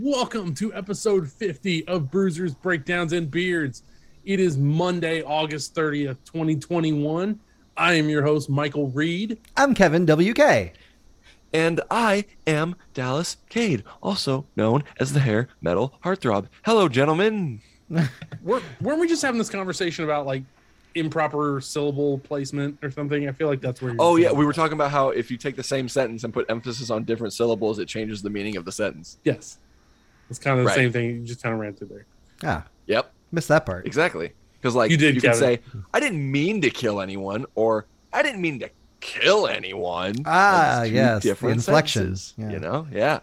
welcome to episode 50 of Bruisers, Breakdowns, and Beards. It is Monday, August 30th, 2021. I am your host, Michael Reed. I'm Kevin WK. And I am Dallas Cade, also known as the hair metal heartthrob. Hello, gentlemen. We're, weren't we just having this conversation about like improper syllable placement or something? I feel like that's where. You're Oh, yeah. We were talking about how if you take the same sentence and put emphasis on different syllables, it changes the meaning of the sentence. Yes, it's kind of the Right. same thing. You just kind of ran through there. Ah, Yep. missed that part. Exactly. Because, like, You did, can Kevin. say, I didn't mean to kill anyone, or I didn't mean to kill anyone. Ah, That's two yes, the Different inflections, sentences, yeah. You know? Yeah.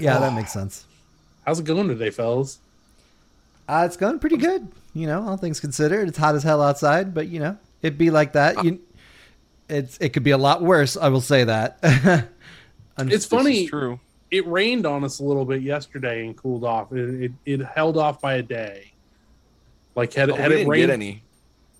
Yeah, Ah. that makes sense. How's it going today, fellas? Uh, it's going pretty good. You know, all things considered, it's hot as hell outside, but you know, it'd be like Ah. that. You, it's it could be a lot worse. I will say that. Un- It's This funny. is true. It rained on us a little bit yesterday and cooled off. It it, it held off by a day. Like had, Oh, we had it didn't rained? get any.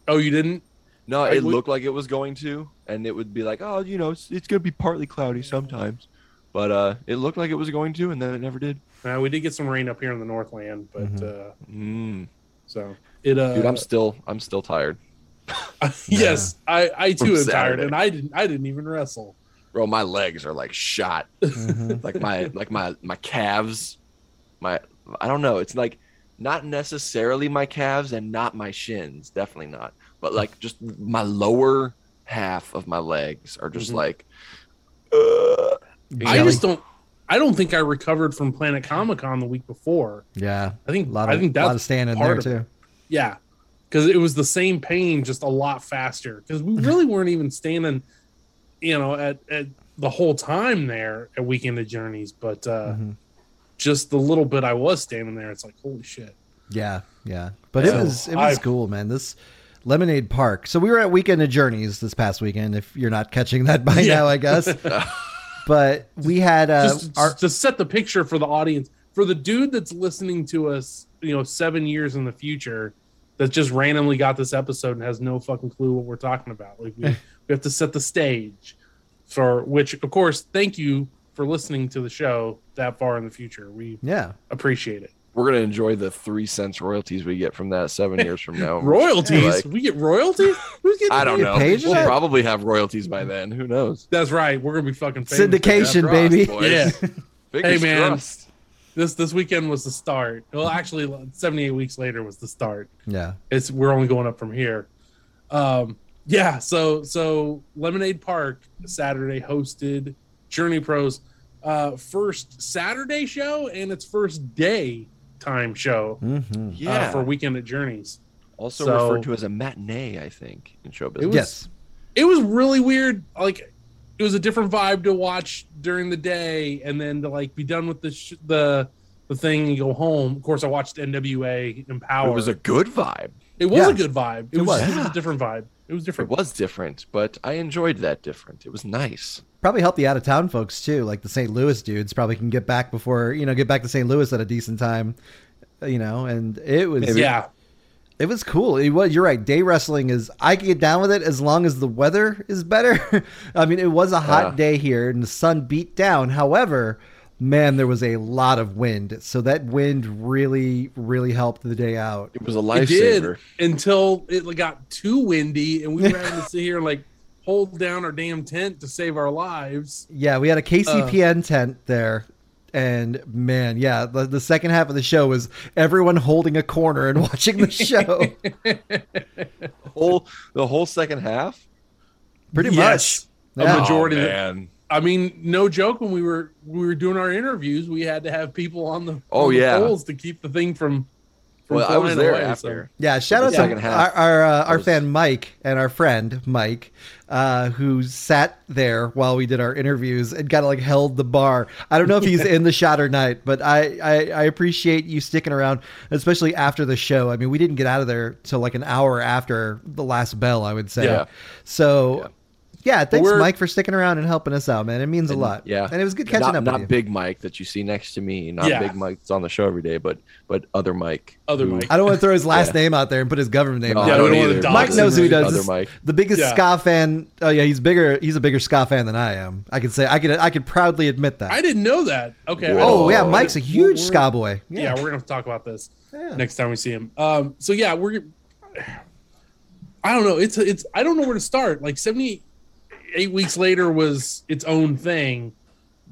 Oh, you didn't? No, Like, it we- looked like it was going to, and it would be like, oh, you know, it's, it's going to be partly cloudy sometimes. But uh, it looked like it was going to, and then it never did. Uh, we did get some rain up here in the Northland, but uh, Mm. so it. Uh, Dude, I'm still, I'm still tired, yes, I I From too am tired, Saturday. and I didn't I didn't even wrestle. bro. My legs are like shot, Mhm. like my, like my, my calves, my, I don't know. It's like not necessarily my calves and not my shins, definitely not. But like just my lower half of my legs are just Mhm. like, uh, I Jelly. just don't. I don't think I recovered from Planet Comic Con the week before. yeah, I a think lot I of think a lot of that's standing part there of too. yeah, because it was the same pain, just a lot faster. Because we really weren't even standing, you know, at, at the whole time there at Weekend of Journeys, but uh, Mhm. just the little bit I was standing there, it's like holy shit. Yeah, yeah. But it So, was it was I- cool, man. This Lemonade Park. So we were at Weekend of Journeys this past weekend. If you're not catching that by Yeah. now, I guess. but we had uh, just, our just to set the picture for the audience, for the dude that's listening to us, you know, seven years in the future, that just randomly got this episode and has no fucking clue what we're talking about. Like we, we have to set the stage for which, of course, thank you for listening to the show that far in the future. We yeah. appreciate it. we're gonna enjoy the three cents royalties we get from that seven years from now. Royalties? Oh, Like, we get royalties? Who's getting I don't Get know. paid for We'll that? probably have royalties by then. Who knows? That's right. We're gonna be fucking famous. Syndication, Fingers baby. crossed, boys. Yeah. Fingers Hey, man. crossed. This this weekend was the start. Well, actually, seventy eight weeks later was the start. Yeah. it's we're only going up from here. Um, yeah, so so Lemonade Park Saturday hosted Journey Pros uh first Saturday show and its first day time show hmm uh, for weekend at Journeys. also so- referred to as a matinee, I think, in show It business. was- yes. It was really weird like it was a different vibe to watch during the day and then to like be done with the sh- the the thing and go home. Of course, I watched NWA Empower. It was a good vibe. it was a yeah. good vibe. It, It was, was. it was a different vibe. It was It different. was different, but I enjoyed that different. It was nice. Probably help the out of town folks too, like the St. Louis dudes probably can get back before you know get back to St. Louis at a decent time, you know. And it was Yeah, it was cool. It was, you're right. Day wrestling is I can get down with it as long as the weather is better. I mean, it was a hot Yeah. day here and the sun beat down. However, man, there was a lot of wind, so that wind really really helped the day out. It was a It lifesaver. until it got too windy and we were having to sit here and like hold down our damn tent to save our lives. Yeah, we had a KCPN tent there. And man, yeah, the, the second half of the show was everyone holding a corner and watching the show. The whole the whole second half. Pretty A much. Yeah. majority Oh, of the- man. I mean, no joke. When we were we were doing our interviews, we had to have people on the Oh, on the yeah. poles to keep the thing from. from Well, I was flying there away, after. Yeah, shout out Second to half. our our, uh, our was- fan Mike and our friend Mike, uh, who sat there while we did our interviews and kind of like held the bar. I don't know if he's in the shot or not, but I, I I appreciate you sticking around, especially after the show. I mean, we didn't get out of there till like an hour after the last bell, I would say. Yeah. So Yeah, thanks, We're- Mike, for sticking around and helping us out, man. It means a And, lot. yeah. and it was good catching not, up. Not with you. Big Mike that you see next to me, not Yeah. Big Mike that's on the show every day, but but other Mike. Other who- Mike. I don't want to throw his last Yeah. name out there and put his government name. No, out Yeah, I there. we don't don't wanna either. dox Mike him knows who he or does. Other This- Mike. The biggest Yeah. ska fan. Oh yeah, he's bigger. He's a bigger ska fan than I am. I can say. I could. I could proudly admit that. I didn't know that. Okay. Whoa. oh yeah, Whoa. Mike's a We're- huge we're- ska boy. Yeah. Yeah. we're gonna have to talk about this yeah. next time we see him. Um. So yeah, we're. I don't know. It's it's. I don't know where to start. Like seventy eight weeks later was its own thing.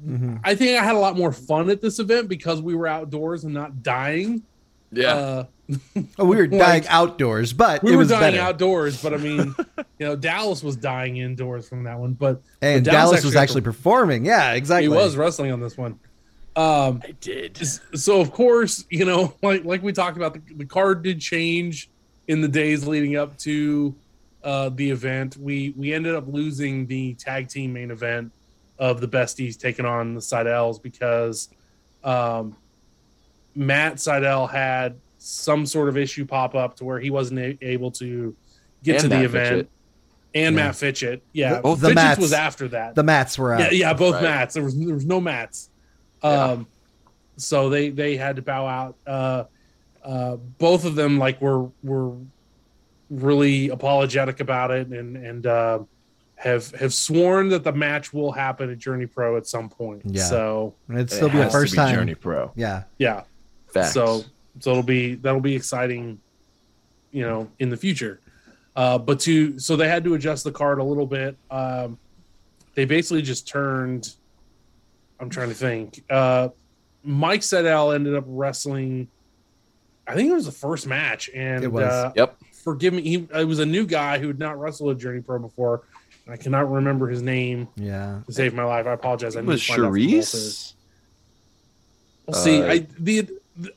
Mhm. I think I had a lot more fun at this event because we were outdoors and not dying. Yeah. Uh, Oh, we were Like- dying outdoors, but we it were was dying better. outdoors, but I mean, you know, Dallas was dying indoors from that one, but and Dallas Dallas was actually- actually performing. Yeah, exactly. he was wrestling on this one. Um, I did. s- so of course, you know, like like we talked about, the, the card did change in the days leading up to uh, the event. We we ended up losing the tag team main event of the Besties taking on the Seidels because um, Matt Seidel had some sort of issue pop up to where he wasn't a- able to get And to the Matt event. And Yeah. Matt Fitchett, yeah, The- both the Fitchett Matts. was after that. The mats were out. Yeah, yeah, both Right. mats. There was there was no mats. Um Yeah. so they they had to bow out. Uh uh both of them like were were really apologetic about it and and uh have have sworn that the match will happen at Journey Pro at some point. Yeah. So And it'd It still be the has to first be time. Journey Pro. Yeah. yeah. Facts. So so it'll be that'll be exciting, you know, in the future. Uh, but to so they had to adjust the card a little bit. Um, they basically just turned. I'm trying to think. Uh, Mike Sedal ended up wrestling. I think it was the first match, and It was. Uh, Yep. forgive me. He it was a new guy who had not wrestled at Journey Pro before. and I cannot remember his name Yeah. to save my life. I apologize. I It need was to find out from Walter. Charisse. We'll see, Uh, I the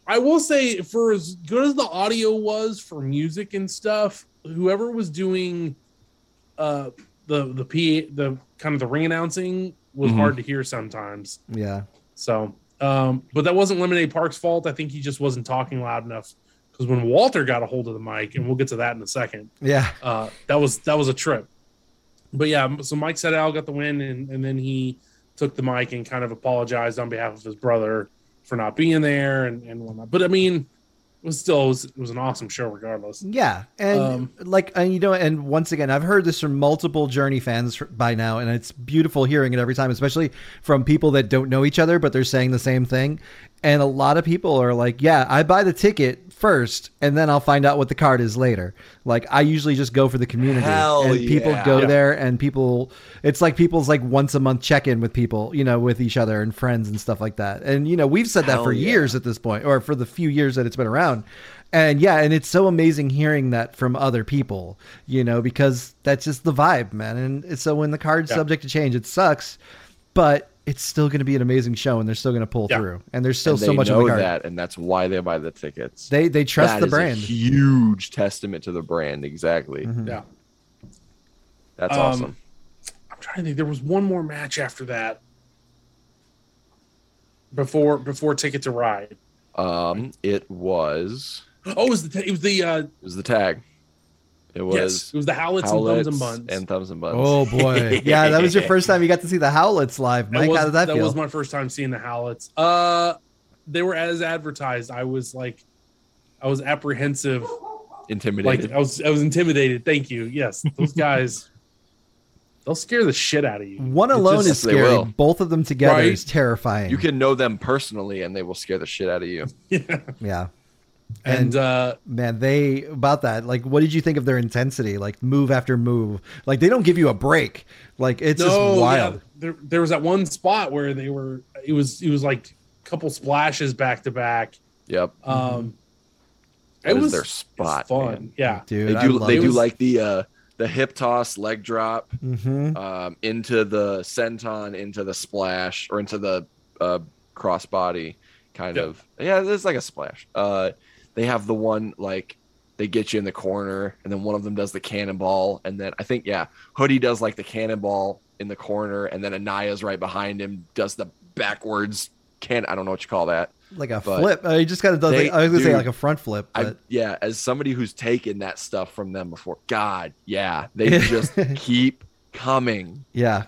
I will say for as good as the audio was for music and stuff, whoever was doing uh the the p the kind of the ring announcing was Mhm. hard to hear sometimes. Yeah. So, um but that wasn't Lemonade Park's fault. I think he just wasn't talking loud enough because when Walter got a hold of the mic, and we'll get to that in a second, Yeah. uh, that was that was a trip. But yeah, so Mike Sedal got the win, and, and then he took the mic and kind of apologized on behalf of his brother for not being there and, and whatnot. But I mean, it was still it was, it was an awesome show regardless. Yeah, and Um, like and you know, and once again, I've heard this from multiple Journey fans fr- by now, and it's beautiful hearing it every time, especially from people that don't know each other, but they're saying the same thing. And a lot of people are like, "Yeah, I buy the ticket first, and then I'll find out what the card is later." Like, I usually just go for the community, Hell and people yeah. go Yeah. there, and people. It's like people's like once a month check in with people, you know, with each other and friends and stuff like that. And you know, we've said that Hell for yeah. years at this point, or for the few years that it's been around. And yeah, and it's so amazing hearing that from other people, you know, because that's just the vibe, man. And so when the card's Yeah. subject to change, it sucks, but it's still going to be an amazing show, and they're still going to pull Yeah. through. And there's still And so they much on know the card. that, and that's why they buy the tickets. They they trust That the is a brand. huge testament to the brand. Exactly. Mhm. Yeah. That's Um, awesome. I'm trying to think. There was one more match after that before before Ticket to Ride. Um, it was Oh, it was the it was the uh, it was the tag. It yes, was it was the Howlets, Howlett's and Thumbs and Buns. and Thumbs and Buns. Oh boy, yeah, that was your first time you got to see the Howlets live, That Mike. was- How did that, feel? was my first time seeing the Howlets. Uh, they were as advertised. I was like, I was apprehensive. Like Intimidated. I was, I was intimidated. Thank you. Yes, those guys, they'll scare the shit out of you. One It alone just- is Yes, they scary. will. Both of them together Right? is terrifying. oh. you can know them personally, and they will scare the shit out of you. yeah, and uh, man they about that like what did you think of their intensity like move after move like they don't give you a break like it's just no, yeah, wild there, there was that one spot where they were. It was, it was like a couple splashes back to back. Yep. Mm-hmm. Um, That it is was their it's spot. fun. man. Yeah, dude They I do. love They it. do was- like the uh, the hip toss, leg drop, Mhm. um, into the senton, into the splash, or into the uh, crossbody kind Yep. of. Yeah, it's like a splash. Uh, they have the one like they get you in the corner, and then one of them does the cannonball, and then I think yeah, Hoodie does like the cannonball in the corner, and then Anaya's right behind him does the backwards can. I don't know what you call that. like a but flip i just kind of does they like, i was gonna say do- like a front flip I, but yeah, as somebody who's taken that stuff from them before, God, yeah, they just keep coming. Yeah.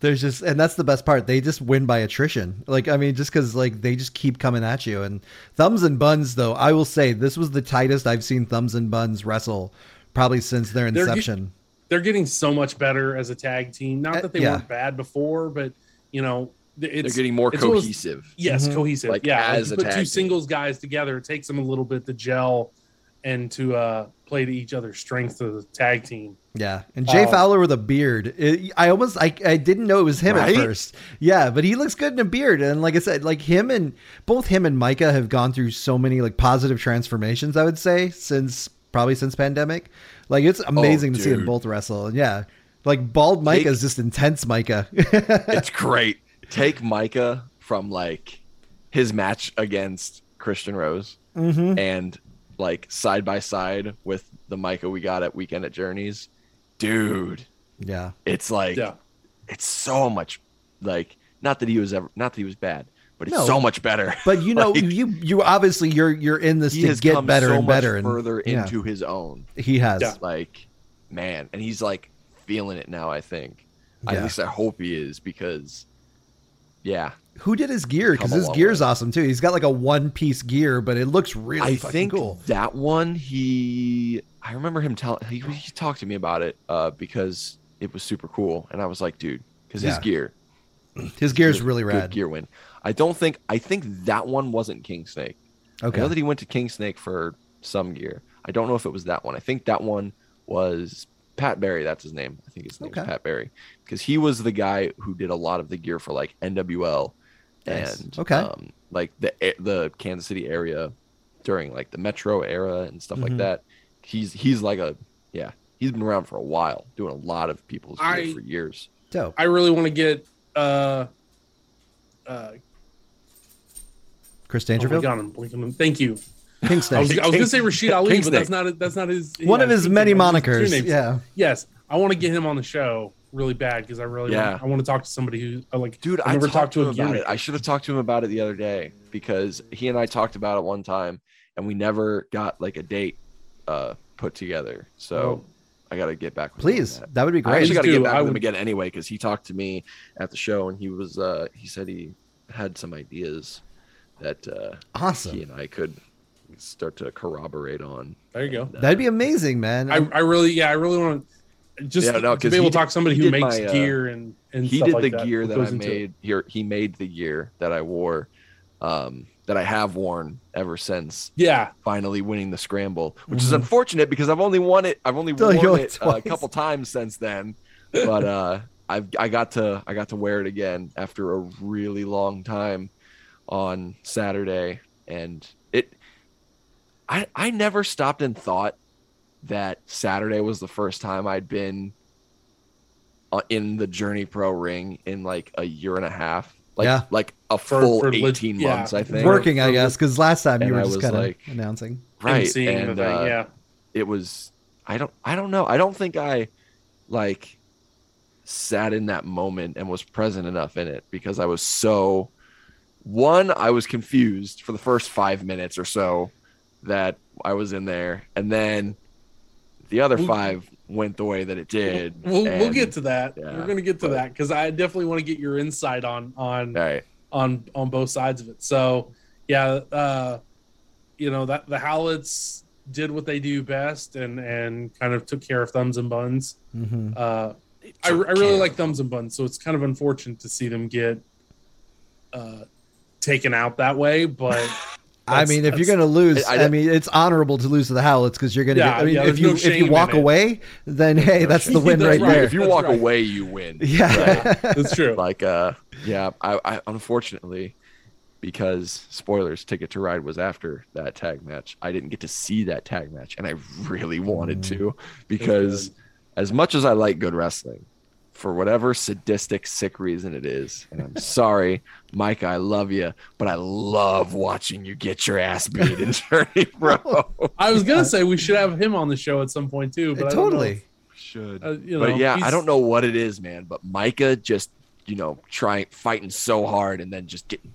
There's just, and that's the best part. They just win by attrition. Like, I mean, just because, like, they just keep coming at you. And Thumbs and Buns, though, I will say this was the tightest I've seen Thumbs and Buns wrestle probably since their They're ge- inception. They're getting so much better as a tag team. Not that they Uh, Yeah. weren't bad before, but you know, th- They're it's getting more it's almost- cohesive. yes, Mhm. cohesive. Mm-hmm. Like, yeah, as you a put tag two team. singles guys together, it takes them a little bit to gel and to uh, play to each other's strengths as a tag team. yeah. And Jay Um, Fowler with a beard. It- I almost, I, I didn't know it was him Right? at first. Yeah. But he looks good in a beard. And like I said, like him and both him and Micah have gone through so many, like, positive transformations, I would say, since probably since pandemic. Like, it's amazing to see them Oh, dude. both wrestle. And yeah. Like bald Micah is just intense Micah. it's great. Take Micah from like his match against Christian Rose Mm-hmm. and like side by side with the Micah we got at Weekend at Journeys. Dude, Yeah. it's like Yeah, it's so much like not that he was ever not that he was bad, but it's No. so much better. But you know, Like- you you obviously you're you're in this He to has get come better so and better much and further yeah. into his own. he has. Yeah. Like, man, and he's like feeling it now, I think. Yeah. At least I hope he is because yeah, Who did his gear? Because Come a his long gear's way. awesome too. He's got like a one piece gear, but it looks really I fucking think cool. that one he I remember him telling he, he talked to me about it uh because it was super cool and I was like dude because his Yeah. gear His gear's good- really good rad. gear win I don't think I think that one wasn't King Snake I know Okay. that he went to King Snake for some gear I don't know if it was that one I think that one was Pat Barry that's his name I think his name Okay. is Pat Barry because he was the guy who did a lot of the gear for like NWL Nice. and Okay. um, like the a- the Kansas City area during like the Metro era and stuff Mhm. like that. He's he's like a yeah he's been around for a while doing a lot of people's gear I- for years. Dope. I really want to get. Uh, uh, Chris oh my Dangerfield, God, I'm blinking. Thank you. King I was, Snake. I was gonna say Rashid Ali, but Kingston. that's not that's not his. One yeah, of his Kingston, many that's his two monikers. names. Yeah. Yes, I want to get him on the show really bad because I really Yeah. want, I want to talk to somebody who I like. Dude, I I, never never talked talked to to him a about gear it. I should have talked to him about it the other day because he and I talked about it one time and we never got like a date uh put together. Oh. So I got to get back. with him on Please. that. That would be I great. actually got to do. get back I with him would- again anyway because he talked to me at the show and he was uh he said he had some ideas that uh he Awesome. and I could start to corroborate on. there you go. And, uh, That'd be amazing, man. I, I really yeah I really want to just Yeah, no, to 'cause be able he to talk to somebody he who did makes my, uh, gear and and he stuff did like the gear that, goes I into it. made here. He made the gear that I wore, um, that I have worn ever since Yeah, finally winning the scramble, which is Mhm. unfortunate because I've only won it. I've only Still, you worn only it uh, a twice. couple times since then, but uh, I've I got to I got to wear it again after a really long time on Saturday, and it. I I never stopped and thought that Saturday was the first time I'd been uh, in the Journey Pro ring in like a year and a half. Like, Yeah. like a For- full for leg- 18 yeah. months, I think. Working, I guess, because last time you And were I just was kind of like- announcing. right. Right. seeing the and, thing. uh, yeah, it was i don't i don't know i don't think i like sat in that moment and was present enough in it because i was so one i was confused for the first five minutes or so that i was in there and then the other We'll- five went the way that it did we'll we'll and- get to that. yeah, We're gonna get to but- that because I definitely want to get your insight on on all right on on both sides of it. So yeah, uh, you know that the Howlets did what they do best and and kind of took care of thumbs and buns. hmm Uh, I, I really like thumbs and buns, so it's kind of unfortunate to see them get uh, taken out that way. But I That's- mean, if you're that's- going to lose, I- I, I- mean, it's honorable to lose to the Howlets because you're going to. Yeah, get, I mean, yeah, if there's you no if you shame walk in it. away, then hey, no that's the shame. win That's right, right. there. if you That's walk right. away you win yeah, it's true. like uh yeah I, I unfortunately because spoilers ticket to ride was after that tag match i didn't get to see that tag match and i really wanted Mm. to because as much as i like good wrestling for whatever sadistic sick reason it is and i'm sorry micah i love you but i love watching you get your ass beat in journey bro I was gonna say we should have him on the show at some point too. But I don't know totally. if- should uh, you know, but yeah, I he's- don't know what it is, man. But Micah just, you know, trying fighting so hard and then just getting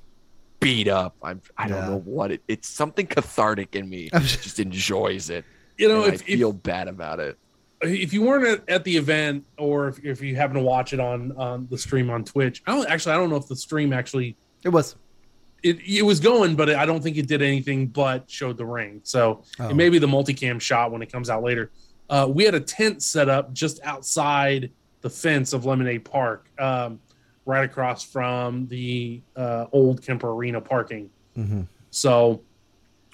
beat up. I'm, I don't Yeah. know what it. It's something cathartic in me. I'm just enjoys it. You know, and if, I if feel bad about it. if you weren't at, at the event or if, if you happen to watch it on um, the stream on Twitch, I don't actually I don't know if the stream actually It was. it, it was going, but I don't think it did anything but showed the ring. So Oh. it may be the multicam shot when it comes out later. Uh, we had a tent set up just outside the fence of Lemonade Park, um, right across from the uh, old Kemper Arena parking. Mhm. So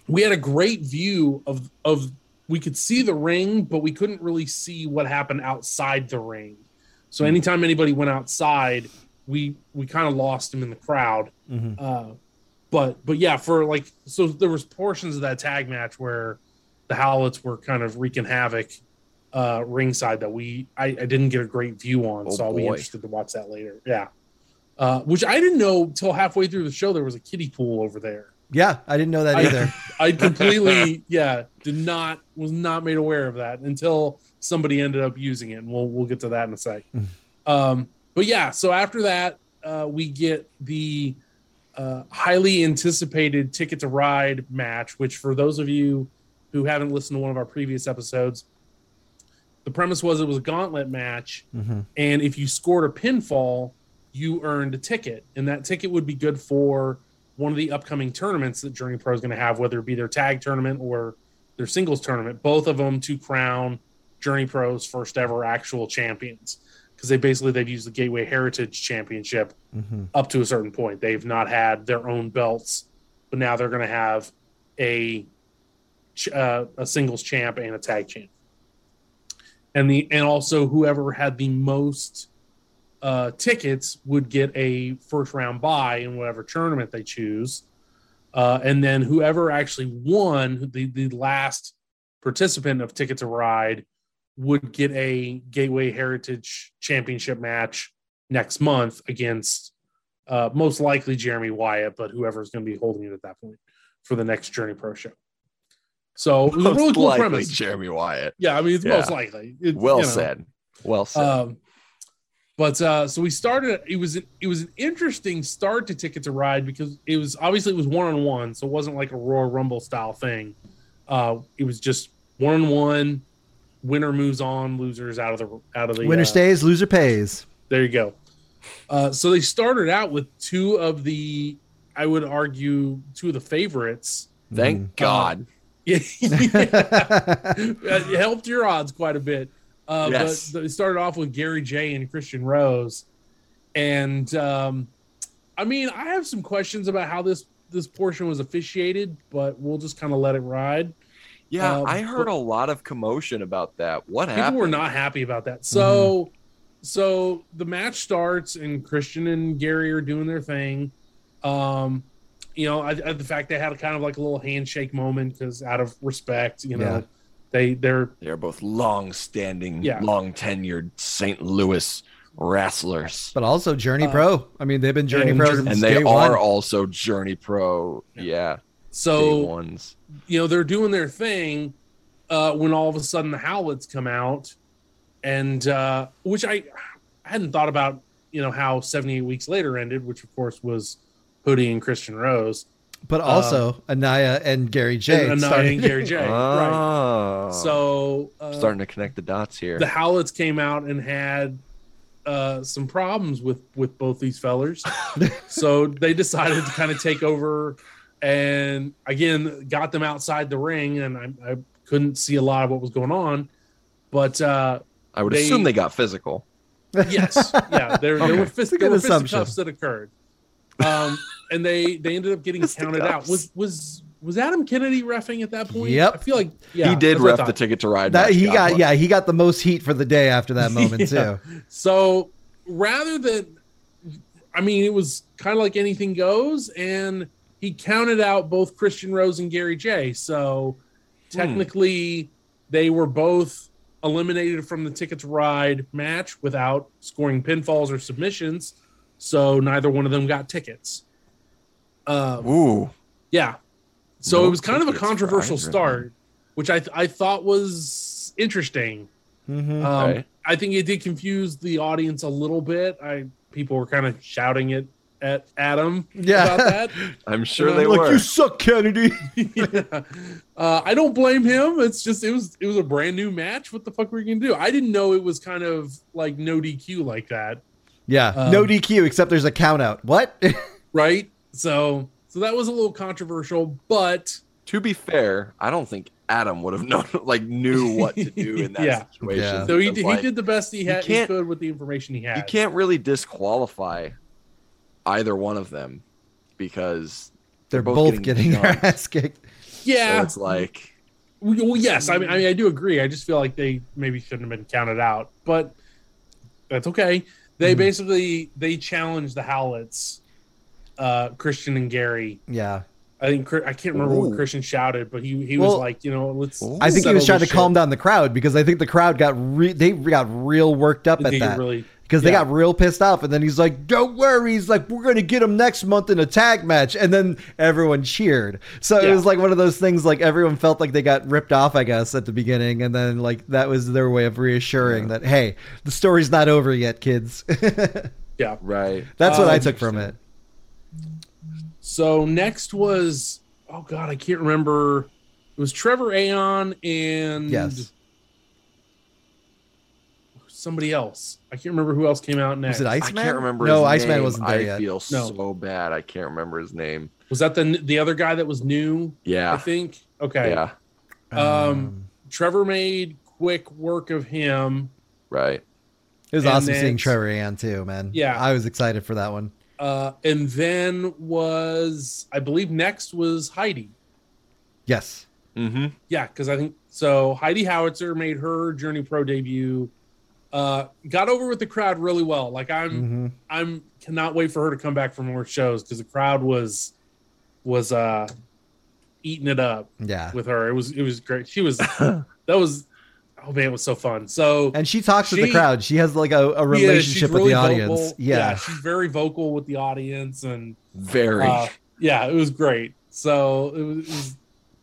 we had a great view of of we could see the ring, but we couldn't really see what happened outside the ring. So Hmm. anytime anybody went outside, we we kind of lost him in the crowd. Mhm. Uh, but but yeah, for like so there was portions of that tag match where the Howlets were kind of wreaking havoc uh ringside that we I, I didn't get a great view on, Oh, so I'll be boy. interested to watch that later. Yeah. Uh, which I didn't know till halfway through the show there was a kiddie pool over there. Yeah, I didn't know that I- either. I completely yeah did not was not made aware of that until somebody ended up using it, and we'll we'll get to that in a sec. Mhm. um, but yeah, so after that uh, we get the uh, highly anticipated Ticket to Ride match, which for those of you who haven't listened to one of our previous episodes, the premise was it was a gauntlet match Mhm. and if you scored a pinfall, you earned a ticket, and that ticket would be good for one of the upcoming tournaments that Journey Pro is going to have, whether it be their tag tournament or their singles tournament. Both of them to crown Journey Pro's first ever actual champions, because they basically they've used the Gateway Heritage Championship Mhm. up to a certain point. They've not had their own belts, but now they're going to have a ch- uh, a singles champ and a tag champ, and the and also whoever had the most uh, tickets would get a first round bye in whatever tournament they choose, uh, and then whoever actually won the the last participant of Ticket to Ride would get a Gateway Heritage Championship match next month against uh, most likely Jeremy Wyatt, but whoever's going to be holding it at that point for the next Journey Pro show. So it was a Most really cool likely premise. Jeremy Wyatt. Yeah, I mean it's Yeah. most likely. It- Well you know. said. Well said. Um, but uh, so we started. It was an, it was an interesting start to Ticket to Ride because it was obviously it was one on one, so it wasn't like a Royal Rumble style thing. Uh, it was just one on one. Winner moves on, losers out of the out of the Winner uh, stays, loser pays. There you go. Uh, so they started out with two of the, I would argue, two of the favorites. Mm-hmm. Mm. Thank God. uh, Yeah, Mhm. it helped your odds quite a bit. Uh, Yes. But it started off with Gary J and Christian Rose, and um, I mean, I have some questions about how this this portion was officiated, but we'll just kind of let it ride. yeah, um, I heard but- a lot of commotion about that. What People happened? were not happy about that. So, so the match starts, and Christian and Gary are doing their thing. Um, you know, I, I, the fact they had a kind of like a little handshake moment because out of respect, you know, Yeah. they they're They're both long-standing, Yeah. long-tenured St. Louis wrestlers. but also Journey Uh, Pro. I mean, they've been Journey and Pro Journey- since and they day are one. also Journey Pro. Yeah. Yeah, day so ones. you know they're doing their thing uh, when all of a sudden the Howlets come out, and uh, which I I hadn't thought about. You know how seventy eight weeks later ended, which of course was Hoodie and Christian Rose. But also Anaya and Gary J. uh, and, Anaya and Gary J. right. Oh, So uh, starting to connect the dots here. the Howlets came out and had uh, some problems with with both these fellers, so they decided to kind of take over, and again got them outside the ring, and I, I couldn't see a lot of what was going on, but uh, I would they- assume they got physical. yes, yeah, there, there Okay. were It's a fist, good there were assumption. fisticuffs that occurred, um, and they they ended up getting counted out. Fisticuffs. Was was was Adam Kennedy refing at that point? Yep. I feel like yeah, he did that's what I ref the thought. ticket to ride. That match, he God got, bless. yeah, he got the most heat for the day after that moment Yeah. too. So rather than, I mean, it was kind of like anything goes, and he counted out both Christian Rose and Gary J. So technically, they were both eliminated from the ticket to ride match without scoring pinfalls or submissions. So neither one of them got tickets. Um, Ooh, yeah. So No it was kind of a tickets for controversial either of them. start, which I, th- I thought was interesting. Mhm. Um, Okay. I think it did confuse the audience a little bit. I people were kind of shouting it at Adam about Yeah. that. I'm sure And they I'm like were. you suck, Kennedy. yeah. uh, I don't blame him. It's just it was it was a brand new match. What the fuck were you gonna do? I didn't know it was kind of like no DQ like that, Yeah. Um, no DQ except there's a count out. What? right? So so that was a little controversial, but to be fair, I don't think Adam would have known, like, knew what to do in that Yeah. situation. Yeah. so he, It's d- he like, did the best he you had he can't- could with the information he had. You can't really disqualify either one of them because They're both both getting getting their jumped. ass kicked. so yeah, it's like well, yes. I mean, Mm. I mean, I do agree. I just feel like they maybe shouldn't have been counted out, but that's okay. They Mhm. basically they challenged the Howlets, uh, Christian and Gary. Yeah. I think Chri- I can't remember Ooh. what Christian shouted, but he he Well, was like, you know, let's. Ooh. I think he settle was trying to this calm shit. down the crowd because I think the crowd got re- they got real worked I up at think he that really- because they yeah. got real pissed off and then he's like, "Don't worry," he's like, "We're gonna get him next month in a tag match," and then everyone cheered. So it Yeah. was like one of those things like everyone felt like they got ripped off, I guess, at the beginning, and then like that was their way of reassuring Yeah. that hey, the story's not over yet, kids. That's yeah. right. what Oh, I took from it. interesting. So next was oh god, I can't remember. It was Trevor Aon and Yes, somebody else. I can't remember who else came out next. was it Iceman? I can't remember. No, his Iceman name. wasn't I there yet. feel No. so bad. I can't remember his name. Was that the the other guy that was new? I Yeah, think. Okay. yeah, Um, Trevor made quick work of him. right. it was and awesome then- seeing Trevor Ann too, man. Yeah. I was excited for that one. Uh, and then was I believe next was Heidi. Yes. Mm-hmm. Yeah, because I think so. Heidi Howitzer made her Journey Pro debut. Uh, got over with the crowd really well. Like I'm, Mhm. I'm cannot wait for her to come back for more shows because the crowd was, was uh, eating it up Yeah. with her. It was, it was great. She was, that was, oh man, it was so fun. So And she talks with the She- crowd. She has like a, a yeah, she's relationship with really the audience. vocal. Yeah. she's very vocal with the audience, and Very. Uh, yeah, it was great. So it was, it was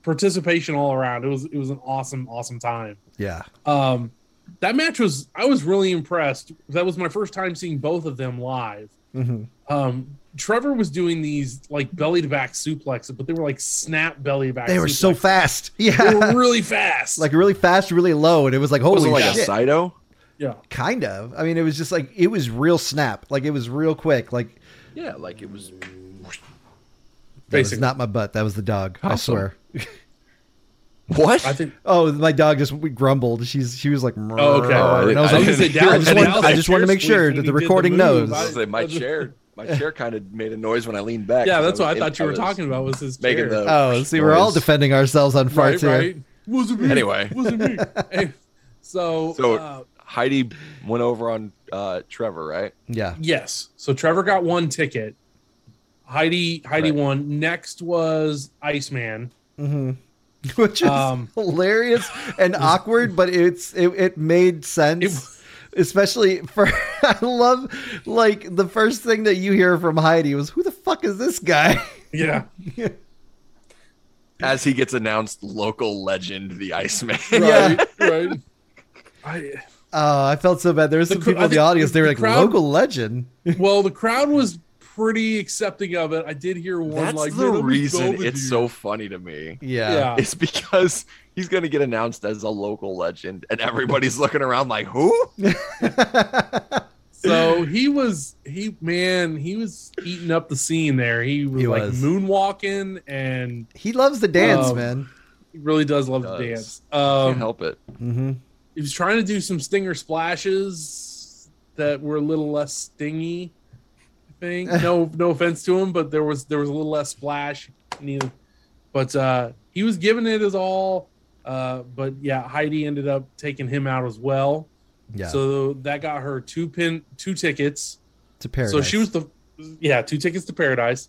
participation all around. It was, it was an awesome, awesome time. Yeah. Um, that match was I was really impressed. That was my first time seeing both of them live. Mhm. Um, Trevor was doing these like belly to back suplexes, but they were like snap belly to back. They were so suplexes. fast. They were Yeah. really fast. like really fast, really low. And it was like, was holy it like a shit. Saito? yeah, kind of. I mean, it was just like, it was real snap. Like it was real quick. Like, Yeah, like it was. that was Basically. not my butt. That was the dog. I Awesome. swear. What? I think Oh, my dog just grumbled. She's, she was like, Oh, okay. "Mrrr." Oh, I And I was like, didn't- I didn't- I just Dallas- wanted- I just wanted to make sure that the Dallas- recording knows. I was gonna say my chair. My chair kind of made a noise when I leaned back. Yeah, 'cause that's what was- I thought you were was talking about. Was his chair. Making the oh, see, we're all noise. defending ourselves on farts right, here. right. Wasn't me. Anyway. wasn't me. Hey, so, So- uh, Heidi went over on uh, Trevor, right? Yeah. Yes. So Trevor got one ticket. Heidi Heidi Right. won. Next was Iceman. hmm Which is Um, hilarious and awkward, but it's it, it made sense. Especially for I love like the first thing that you hear from Heidi was who the fuck is this guy? Yeah. As he gets announced, local legend, the Iceman. Yeah. Right. right. I, Oh, I felt so bad. There were The some cr- people in the I think audience. They were the like crowd- local legend. well, the crowd was pretty accepting of it. I did hear one That's like the "Man, I'm reason Belvedere." it's so funny to me. Yeah. yeah. It's because he's gonna get announced as a local legend, and everybody's looking around like, "Who?" So he was he man he was eating up the scene there. He was He like was. moonwalking and he loves the dance, Um, man. he really does love to Does. dance. Can't Um, help it. Oh, hmm he was trying to do some stinger splashes that were a little less stingy. I think no no offense to him, but there was there was a little less splash. And he, but uh, he was giving it his all. Uh, but yeah, Heidi ended up taking him out as well. Yeah. So that got her two pin two tickets. to paradise. So she was the yeah two tickets to paradise.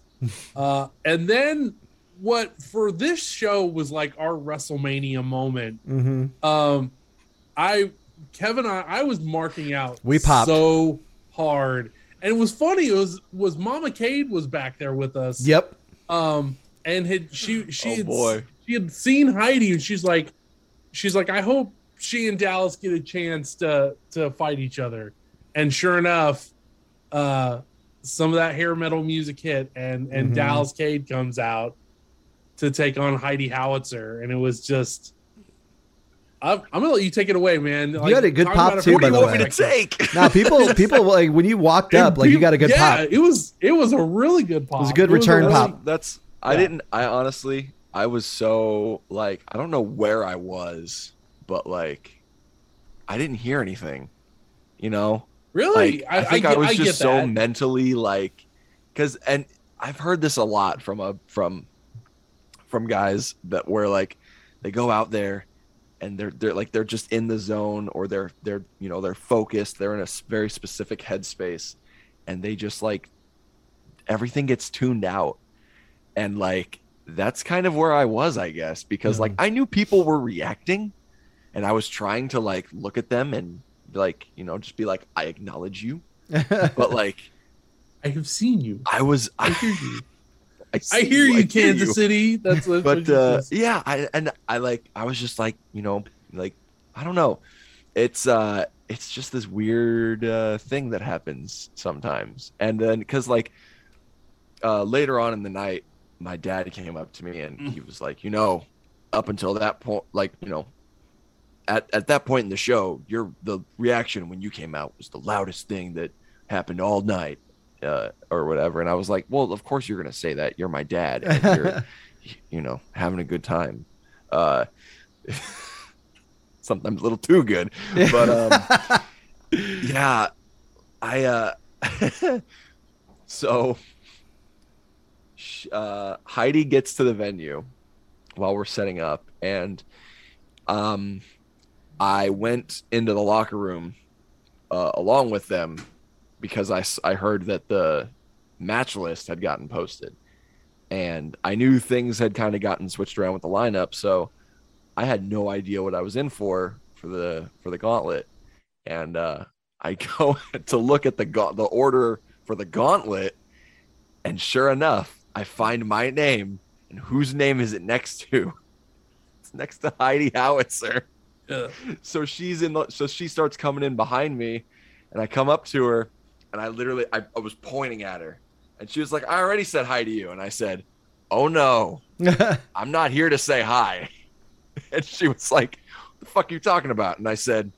uh, and then what for this show was like our WrestleMania moment hmm um, I Kevin, I, I was marking out. We popped. so hard, and it was funny. It was was Mama Cade was back there with us. Yep. Um, and had she she Oh, had, boy. she had seen Heidi, and she's like, she's like, I hope she and Dallas get a chance to to fight each other. And sure enough, uh, some of that hair metal music hit, and and Mhm. Dallas Cade comes out to take on Heidi Howitzer, and it was just. I'm, I'm gonna let you take it away, man. Like, had a good talk pop about it too, from by What do a you the want different way. me to perspective. take? Now people, people like when you walked up, And like you people- got a good yeah, pop. It was it was a really good pop. was a good return really- pop. Um, That's I Yeah. didn't I honestly I was so like I don't know where I was, but like I didn't hear anything. You know? Really, Like I, think I, get- was get just so that. mentally like cuz and I've heard this a lot from a from from guys that were like they go out there and they're they're like they're just in the zone or they're they're you know they're focused they're in a s- very specific headspace and they just like everything gets tuned out and like that's kind of where i was i guess because like i knew people were reacting and i was trying to like look at them and like you know just be like i acknowledge you but like I have seen you. i was I i, hear you. I, I hear you, I Kansas you. City. That's what, but uh, yeah, I and I like I was just like you know like I don't know, it's uh it's just this weird uh, thing that happens sometimes, and then because like uh, later on in the night, my dad came up to me and he was like, you know, up until that point, like you know, at at that point in the show, your the reaction when you came out was the loudest thing that happened all night. Uh, or whatever, and I was like, "Well, of course you're gonna say that. You're my dad, and you're you know, having a good time. Uh, sometimes a little too good, but um, yeah, I uh, so sh- uh, Heidi gets to the venue while we're setting up, and um, I went into the locker room uh, along with them because I s- I heard that the match list had gotten posted and I knew things had kind of gotten switched around with the lineup, so I had no idea what I was in for for the for the gauntlet. And uh, I go to look at the ga- the order for the gauntlet, and sure enough, I find my name, and whose name is it next to? It's next to Heidi Howitzer. Yeah. So she's in. The, so she starts coming in behind me, and I come up to her, and I literally I, I was pointing at her, and she was like, "I already said hi to you," and I said, "Oh no, I'm not here to say hi. And she was like, What the fuck are you talking about? And I said,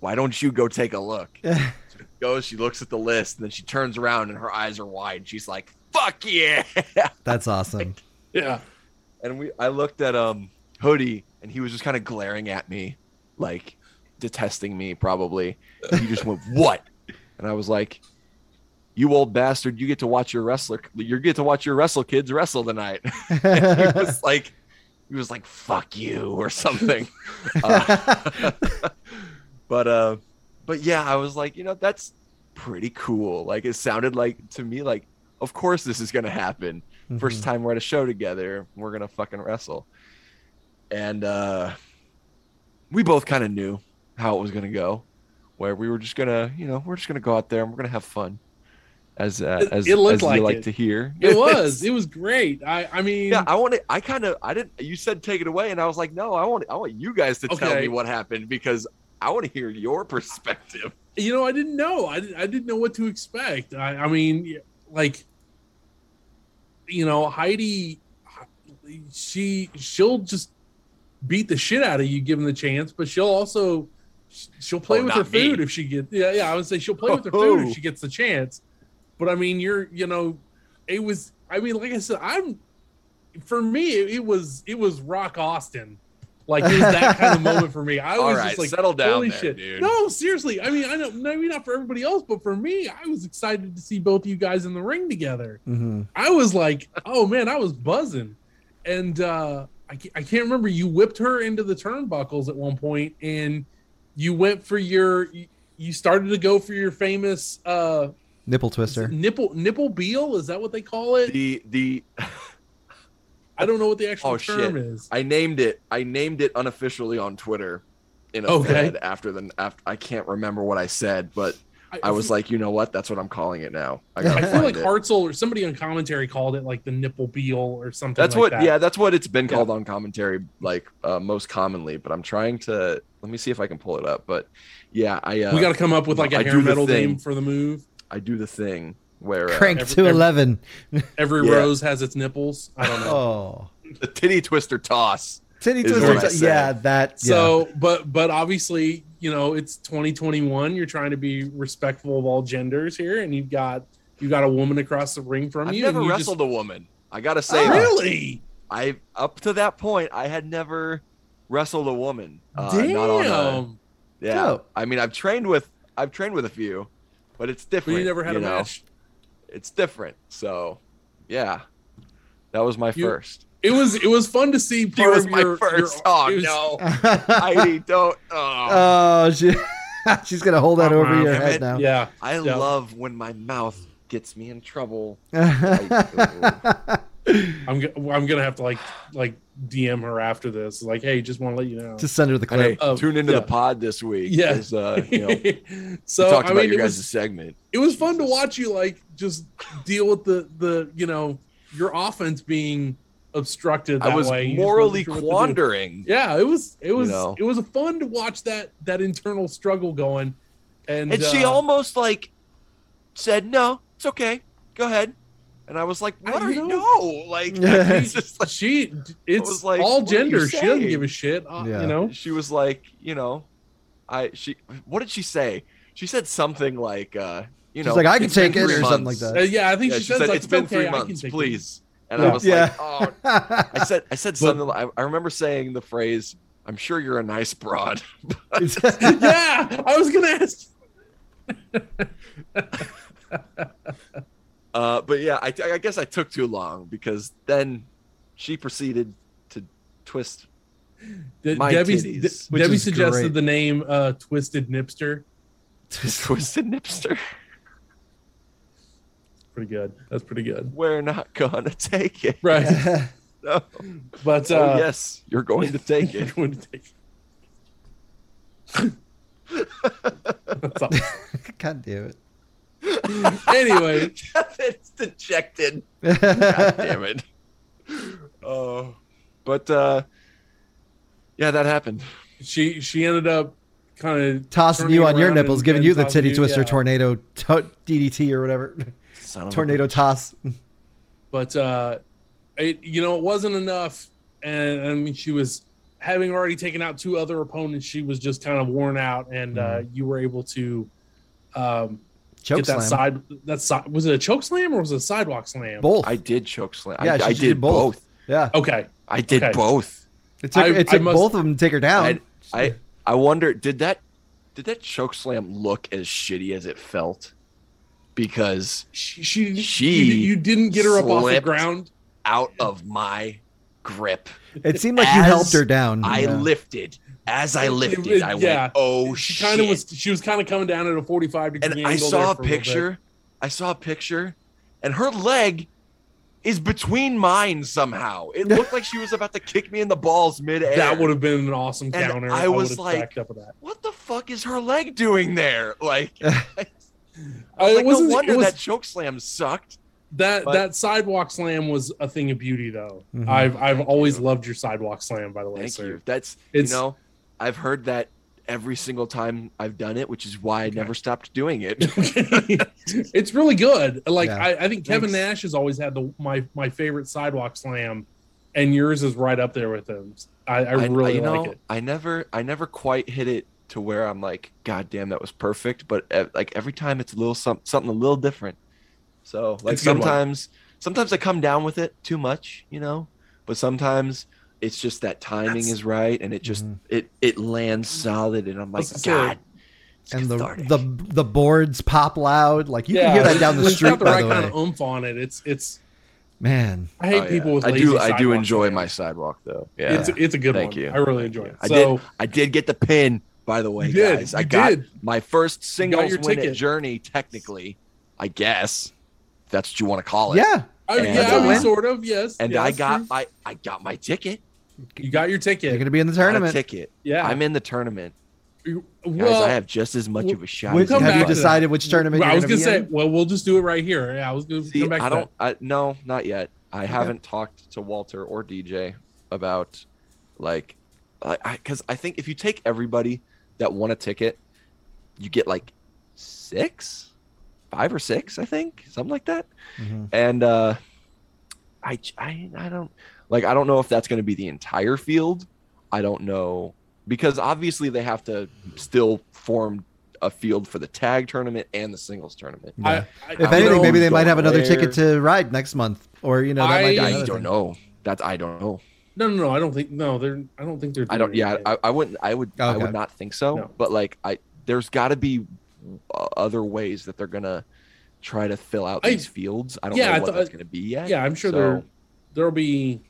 Why don't you go take a look? So she goes, she looks at the list, and then she turns around and her eyes are wide. She's like, Fuck yeah. That's awesome. yeah, And we I looked at um Hoodie and he was just kind of glaring at me, like detesting me probably. And he just went, What? And I was like, You old bastard, you get to watch your wrestler you get to watch your wrestle kids wrestle tonight. he was like he was like fuck you or something Uh, but uh but yeah i was like you know that's pretty cool like it sounded like to me like of course this is gonna happen Mm-hmm. first Mm-hmm. time we're at a show together we're gonna fucking wrestle and uh we both kind of knew how it was gonna go where we were just gonna you know we're just gonna go out there and we're gonna have fun as uh, It- as it looked as like you like it. to hear it was. It was great. I I mean, yeah, I want to. I kind of. I didn't. You said take it away, and I was like, no, I want. I want you guys to tell Okay. me what happened because I want to hear your perspective. you know, I didn't know. I, didn't- I didn't know what to expect. I, I mean, like, you know, Heidi, she she'll just beat the shit out of you given the chance, but she'll also she'll play Oh, with her not me. food if she gets. Yeah, yeah. I would say she'll play with her food Oh. if she gets the chance. But I mean, you're you know, it was. I mean, like I said, I'm for me, it, it was it was Rock Austin. Like it was that kind of moment for me. I All was right, just like, settle down, holy there, shit. dude. No, seriously. I mean, I know maybe not for everybody else, but for me, I was excited to see both you guys in the ring together. Mhm. I was like, oh man, I was buzzing, and uh, I ca- I can't remember. You whipped her into the turnbuckles at one point, and you went for your. you- You started to go for your famous uh, Nipple twister. nipple nipple beel. Is that what they call it? The the I don't know what the actual Oh, shit. term is. I named it. I named it unofficially on Twitter. In a Okay. thread after the after I can't remember what I said, but I was like, you know what? That's what I'm calling it now. I gotta I feel find like it. Hartzell or somebody on commentary called it like the nipple beel or something. that's like what that. yeah that's what it's been Yeah. called on commentary like uh, most commonly but i'm trying to let me see if i can pull it up but yeah i uh, we got to come up with like a I hair do the metal thing. name for the move. I do the thing. where uh, Crank every- to every- eleven. Every Yeah. rose has its nipples. I don't know. Oh, the titty twister toss. titty Is what I twisters. said. Yeah, that. yeah. So, but but obviously, you know, it's 2021. You're trying to be respectful of all genders here, and you've got you got a woman across the ring from I've you. never and you wrestled a woman. I gotta Just, say, Ah. that. really? I up to that point, I had never wrestled a woman. Uh, Damn. Not on a, yeah. Dope. I mean, I've trained with I've trained with a few, but it's but different. you never had a know? match. It's different. So, yeah, that was my You- first. It was it was fun to see. It Part was of my your- first. your- oh it was- Uh, no, Heidi, don't. Oh. oh, she, she's gonna hold that over your Damn head it. now. Yeah, I yeah. love when my mouth gets me in trouble. I'm go- I'm gonna have to like like DM her after this. Like, hey, just want to let you know. Just send her the Hey, clip. Oh, tune into yeah. the pod this week. Yeah. 'cause, Uh, you know, we so talked I about mean, your it guys' was segment. it was fun to Jesus. watch you like just deal with the the you know your offense being obstructed. That I was way. You just morally wasn't sure what to do. quandering. Yeah, it was it was know. it was fun to watch that that internal struggle going, and, And she uh, almost like said, "No, it's okay. Go ahead." And I was like, I- "What you are you? know- No, like Yeah. it's just like she it's was like, all what are you gender. She doesn't saying? give a shit. Uh, Yeah. You know, she was like, you know, I she what did she say? She said something like, uh, you She's know, like, I can "It's been take it," three or something months." like Uh, yeah, I think Yeah, she, she says said, like "It's been okay, three I can months, take it." please." And Yeah. I was Yeah. like, "Oh I said I said But- something. Like, I, I remember saying the phrase, "I'm sure you're a nice broad." yeah, I was gonna ask. Uh, but yeah, I, I guess I took too long because then she proceeded to twist. De- My Debbie, titties. De- Which Debbie is suggested great. the name uh, Twisted Nipster. Twisted Nipster. Pretty good. That's pretty good. We're not gonna take it. Right. No. But uh, oh yes, you're going to take you're it. going to take That's all. God damn anyway, it's dejected. God it. damn it. Oh, but uh, yeah, that happened. she she ended up kind of Tossing Turning you on your around nipples, and- giving and you the tossing titty you, twister yeah. tornado to- DDT or whatever Son of a- tornado toss. but uh it you know it wasn't enough and i mean she was having already taken out two other opponents she was just kind of worn out and uh you were able to um Choke get that slam. side that side was it a choke slam or was it a sidewalk slam Both. I did choke slam. Yeah, I, she I did did both. both. yeah. okay I did Okay. both. It took, I- it I took must- both of them to take her Oh. down. I- I I wonder did that did that choke slam look as shitty as it felt? Because she she, She you, you didn't get her up off the slipped. ground out of my grip, it seemed like you as helped her down. I yeah. lifted. As I It- lifted, it- I yeah. went, "Oh she shit!" kind of was she was kind of coming down at a 45 degree and angle I saw there a for little bit. picture. I saw a picture, and her leg is between mine somehow. It looked like she was about to kick me in the balls midair. that would have been an awesome And counter I was would've like- backed up with that What the fuck is her leg doing there? Like, I like no wasn't- wonder Uh, it was, that choke slam sucked. That But- that sidewalk slam was a thing of beauty, though. Mhm. I've I've always you. loved your sidewalk slam. By the way, Thank sir. you. That's It's you know, I've heard that every single time I've done it, which is why I never stopped doing it. it's really good. Like Yeah. I, I think Kevin Thanks. Nash has always had the my my favorite sidewalk slam, and yours is right up there with him. I, I really you like know, it. I never, I never quite hit it to where I'm like, God damn, that was perfect. But uh, like every time, it's a little some, something a little different. So like It's a good one. sometimes, sometimes I come down with it too much, you know. But sometimes it's just that timing That's- Mm-hmm. is right, and it just Mhm. it it lands solid, and I'm like, That's the God. it's and the, cathartic." the the boards pop loud. Like you can hear that down the it's street. Got the by right the kind way, of oomph on it. It's it's. man, I hate Oh, yeah. people with. I Lazy do I do sidewalk enjoy slams. my sidewalk though. Yeah. It's it's a good Thank one. you. I really Thank enjoy you. it. I So I did get the pin, by the way, You did. guys. You I got did. my first singles your win ticket. at Journey, technically, I guess. if that's what you want to call it. yeah, I, And, yeah, I mean, uh, sort of yes. And yes. I got my I got my ticket. you got your you're ticket. gonna be in the Got a tournament. ticket. Yeah. I'm in the tournament. You- Guys, well, I have just as much we'll- of a shot. Which- as come have you back to anybody. that. decided which tournament? I you're was gonna be say, in? well, we'll just do it right here. Yeah, I was gonna See, come back. I to don't. I, no, not yet. I haven't talked to Walter or DJ about like, because I, because I think if you take everybody that won a ticket, you get like six five or six, I think, something like that. Mhm. And uh, I, I, I don't like. I don't know if that's going to be the entire field. I don't know because obviously they have to still form a field for the tag tournament and the singles tournament. I, Yeah. I, if I anything, don't maybe they might know have another where- ticket to ride next month, or you know, that might be Yeah, I another don't thing. know. That's I don't know. no, no, no. I don't think. No, they're. I don't think they're. I don't. doing Yeah, anything. I, I wouldn't. I would. I Okay. would not think so. No. But like, I there's got to be uh, other ways that they're gonna try to fill out I- these fields. I don't yeah, know I what thought- that's gonna be yet. yeah, I'm sure So, there there'll be.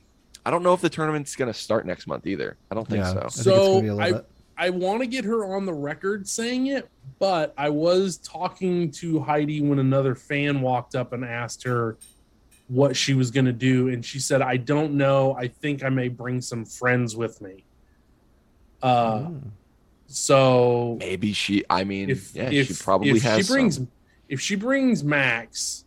I don't know if the tournament's gonna start next month either. I don't think Yeah. so. I think it's gonna be a So little I, bit. I want to get her on the record saying it, but I was talking to Heidi when another fan walked up and asked her what she was going to do. And she said, I don't know. I think I may bring some friends with me. Uh, Mm. So Maybe she. I mean, if, yeah, if, she probably if has. she brings, some. if she brings Max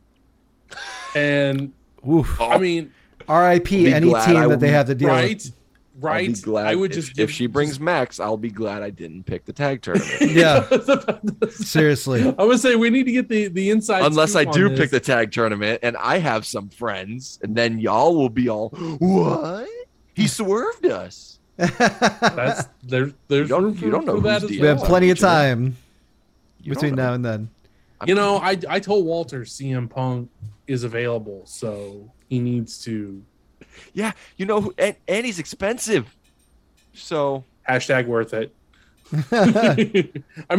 and Mm. Oof. Oh, I mean, R.I.P. Be Any team glad I that they have to deal right, I'll be right. glad I would if- just, if, give- she brings Max, I'll be glad I didn't pick the tag tournament. Yeah. with. Seriously, I would say we need to get the, the inside. Unless scoop I on do this. pick the tag tournament and I have some friends, and then y'all will be all, what? He swerved us. That's there. There's You don't- room for, you don't know for that as who's we have Yeah. well. plenty of Each other. time You don't between know. now and then. I'm- You know, I I told Walter CM Punk is available, so he needs to you know, who- and, and he's expensive. So hashtag worth it. I mean,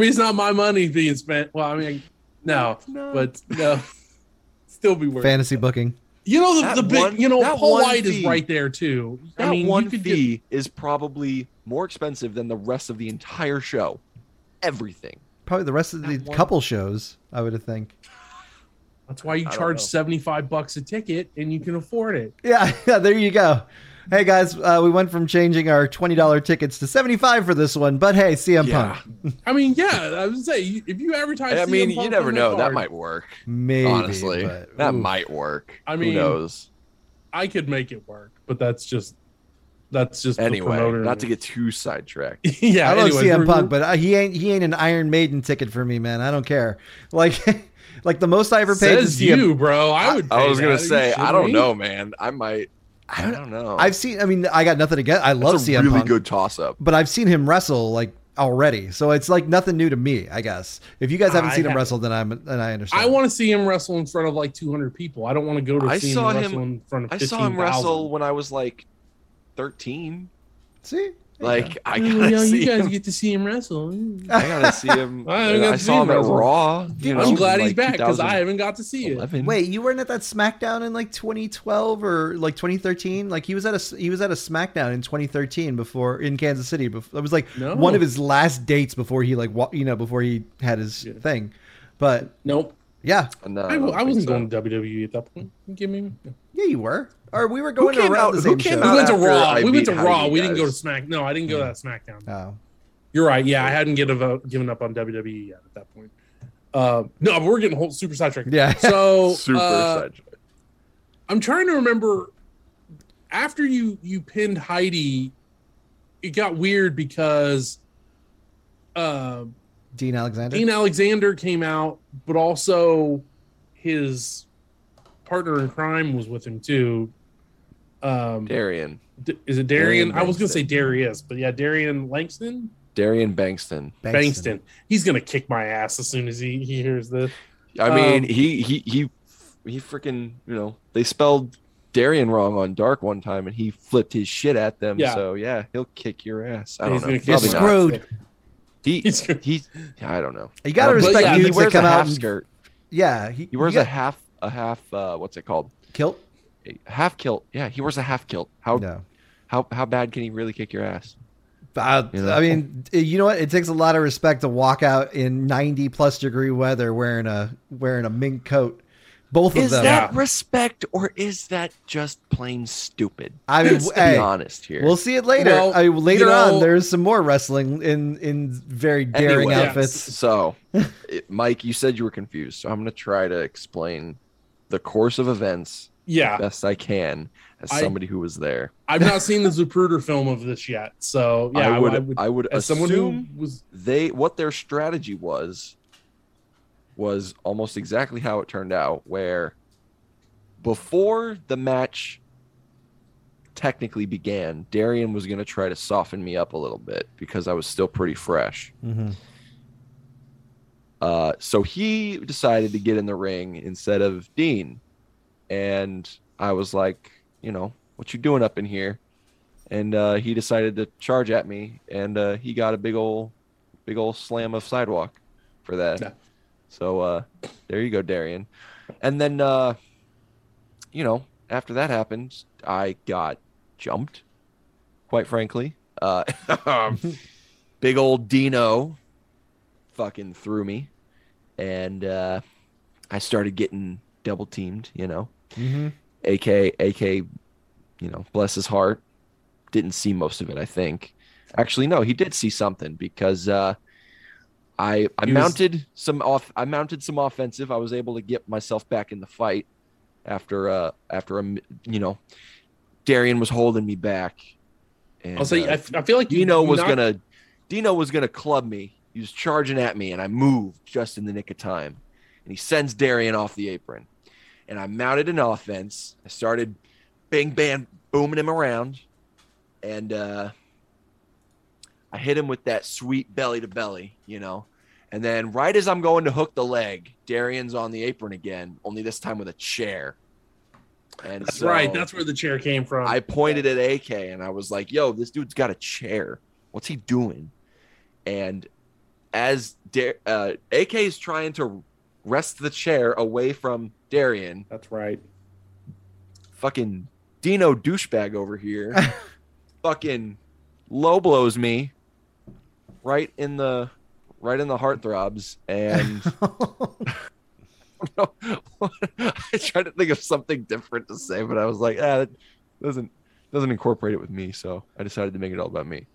it's not my money being spent. Well, I mean, no, no. but no, still be worth. it. Fantasy booking. You know the, That the big. one- you know, that Paul one White is fee- right there too. that I mean, one you could get- fee is probably more expensive than the rest of the entire show. Everything. Probably the rest of the That one- couple shows. I would think. that's why you I don't charge know. seventy five bucks a ticket, and you can afford it. Yeah, yeah, there you go. Hey guys, uh, we went from changing our twenty dollar tickets to seventy five for this one, but hey, CM Yeah. Punk, I mean, yeah, I would say you- if you advertise. I CM mean, Punk you on never the know. That card, might work. maybe. honestly, but, that ooh. might work. I mean, Who knows? I could make it work, but that's just that's just the Anyway, promoter. not to get too sidetracked. yeah. I love anyways, CM we're- Punk, but uh, he ain't he ain't an Iron Maiden ticket for me, man. I don't care. Like, like the most I ever paid to says see a- you, bro. I would. I pay was gonna that. Are you say, I don't shitting me? know, man. I might. I don't- don't, know. I've seen. I mean, I got nothing against. I love That's a CM really Punk, good toss-up. but I've seen him wrestle like already, so it's like nothing new to me. I guess if you guys haven't I seen him haven't. wrestle, then I'm then I understand. I want to see him wrestle in front of like 200 people. I don't want to go to I see him saw wrestle him- in front of. I 15, saw him wrestle when I was like 13. see There you Like go. I gotta see Oh, you guys him. get to see him wrestle. I gotta see him. I haven't got I, to see saw him him at wrestle. Raw. You know, I'm glad in, he's like, back because I 2011. haven't got to see it. Wait, you weren't at that SmackDown in like 2012 or like 2013? Like he was at a he was at a SmackDown in 2013 before in Kansas City. Before, it was like Oh. No. one of his last dates before he like wa- you know before he had his Yeah. thing. But Nope. yeah, No, I, don't I think wasn't so. going to WWE at that point. Give me. yeah, you were. Or we were going came around out- the who same came show. We out went to after Raw. I we went to beat Raw. Heidi, We didn't go to guys. Smack. No, I didn't go to that SmackDown. Oh, You're right. Yeah, I hadn't get a vote, given up on WWE yet at that point. Uh, no, but we're getting whole, super sidetracked. yeah. So Super uh, sidetracked. I'm trying to remember. After you you pinned Heidi, it got weird because uh, Dean Alexander. Dean Alexander came out, but also his partner in crime was with him too. Um, Darian, D- is it Darian? Darian I was going to say Langston. Darius, but yeah, Darian Langston. Darian Bankston. Bangston. He's gonna kick my ass as soon as he, he hears this. I mean, Um, he he he he freaking you know they spelled Darian wrong on Dark one time, and he flipped his shit at them. Yeah. So yeah, he'll kick your ass. I He's don't know. gonna kick Probably my not. ass. Screwed. He He's gonna- he. I don't know. You gotta But respect yeah, he dudes that wears a come out. half And, skirt. yeah, he, He wears you a got- half a half. Uh, what's it called? kilt. A half kilt. Yeah, he wears a half kilt. How No. how how bad can he really kick your ass? I, You know? I mean, you know what? It takes a lot of respect to walk out in ninety plus degree weather wearing a wearing a mink coat. Both of Is them. that Yeah. respect or is that just plain stupid? I mean, Let's be hey, honest here. we'll see it later. Well, I mean, you later know- on, there's some more wrestling in in very daring Anyway. outfits. So, it- Mike, you said you were confused, so I'm going to try to explain the course of events yeah, best I can as I- somebody who was there. I've not seen the Zapruder film of this yet, so yeah, I would I would, as assume someone who was they what their strategy was was almost exactly how it turned out, where before the match technically began, Darian was going to try to soften me up a little bit because I was still pretty fresh. Mm-hmm. Uh, so he decided to get in the ring instead of Dean. And I was like, you know, what you doing up in here? And uh, he decided to charge at me, and uh, he got a big old, big old slam of sidewalk for that. Yeah. So uh, there you go, Darian. And then, uh, you know, after that happened, I got jumped. Quite frankly, uh, big old Dino fucking threw me, and uh, I started getting double teamed. You know, Mm-hmm. AK AK, you know, bless his heart, didn't see most of it. I think, actually, no, he did see something because uh, I I He was- mounted some off. I mounted some offensive. I was able to get myself back in the fight after uh after a mi- you know, Darian was holding me back. And, I'll say uh, I, f- I feel like you Dino was knocked- gonna Dino was gonna club me. He was charging at me, and I moved just in the nick of time. And he sends Darian off the apron. And I mounted an offense. I started bing bang booming him around. And uh I hit him with that sweet belly to belly, you know. And then right as I'm going to hook the leg, Darian's on the apron again, only this time with a chair. And That's so- right. That's where the chair came from. I pointed at AK and I was like, "Yo, this dude's got a chair. What's he doing?" And as Dar- uh, AK is trying to wrest the chair away from Darian, That's right. fucking Dino douchebag over here, fucking low blows me right in the right in the heartthrobs, and Mm-hmm. know I tried to think of something different to say, but I was like, ah, that doesn't doesn't incorporate it with me, so I decided to make it all about me.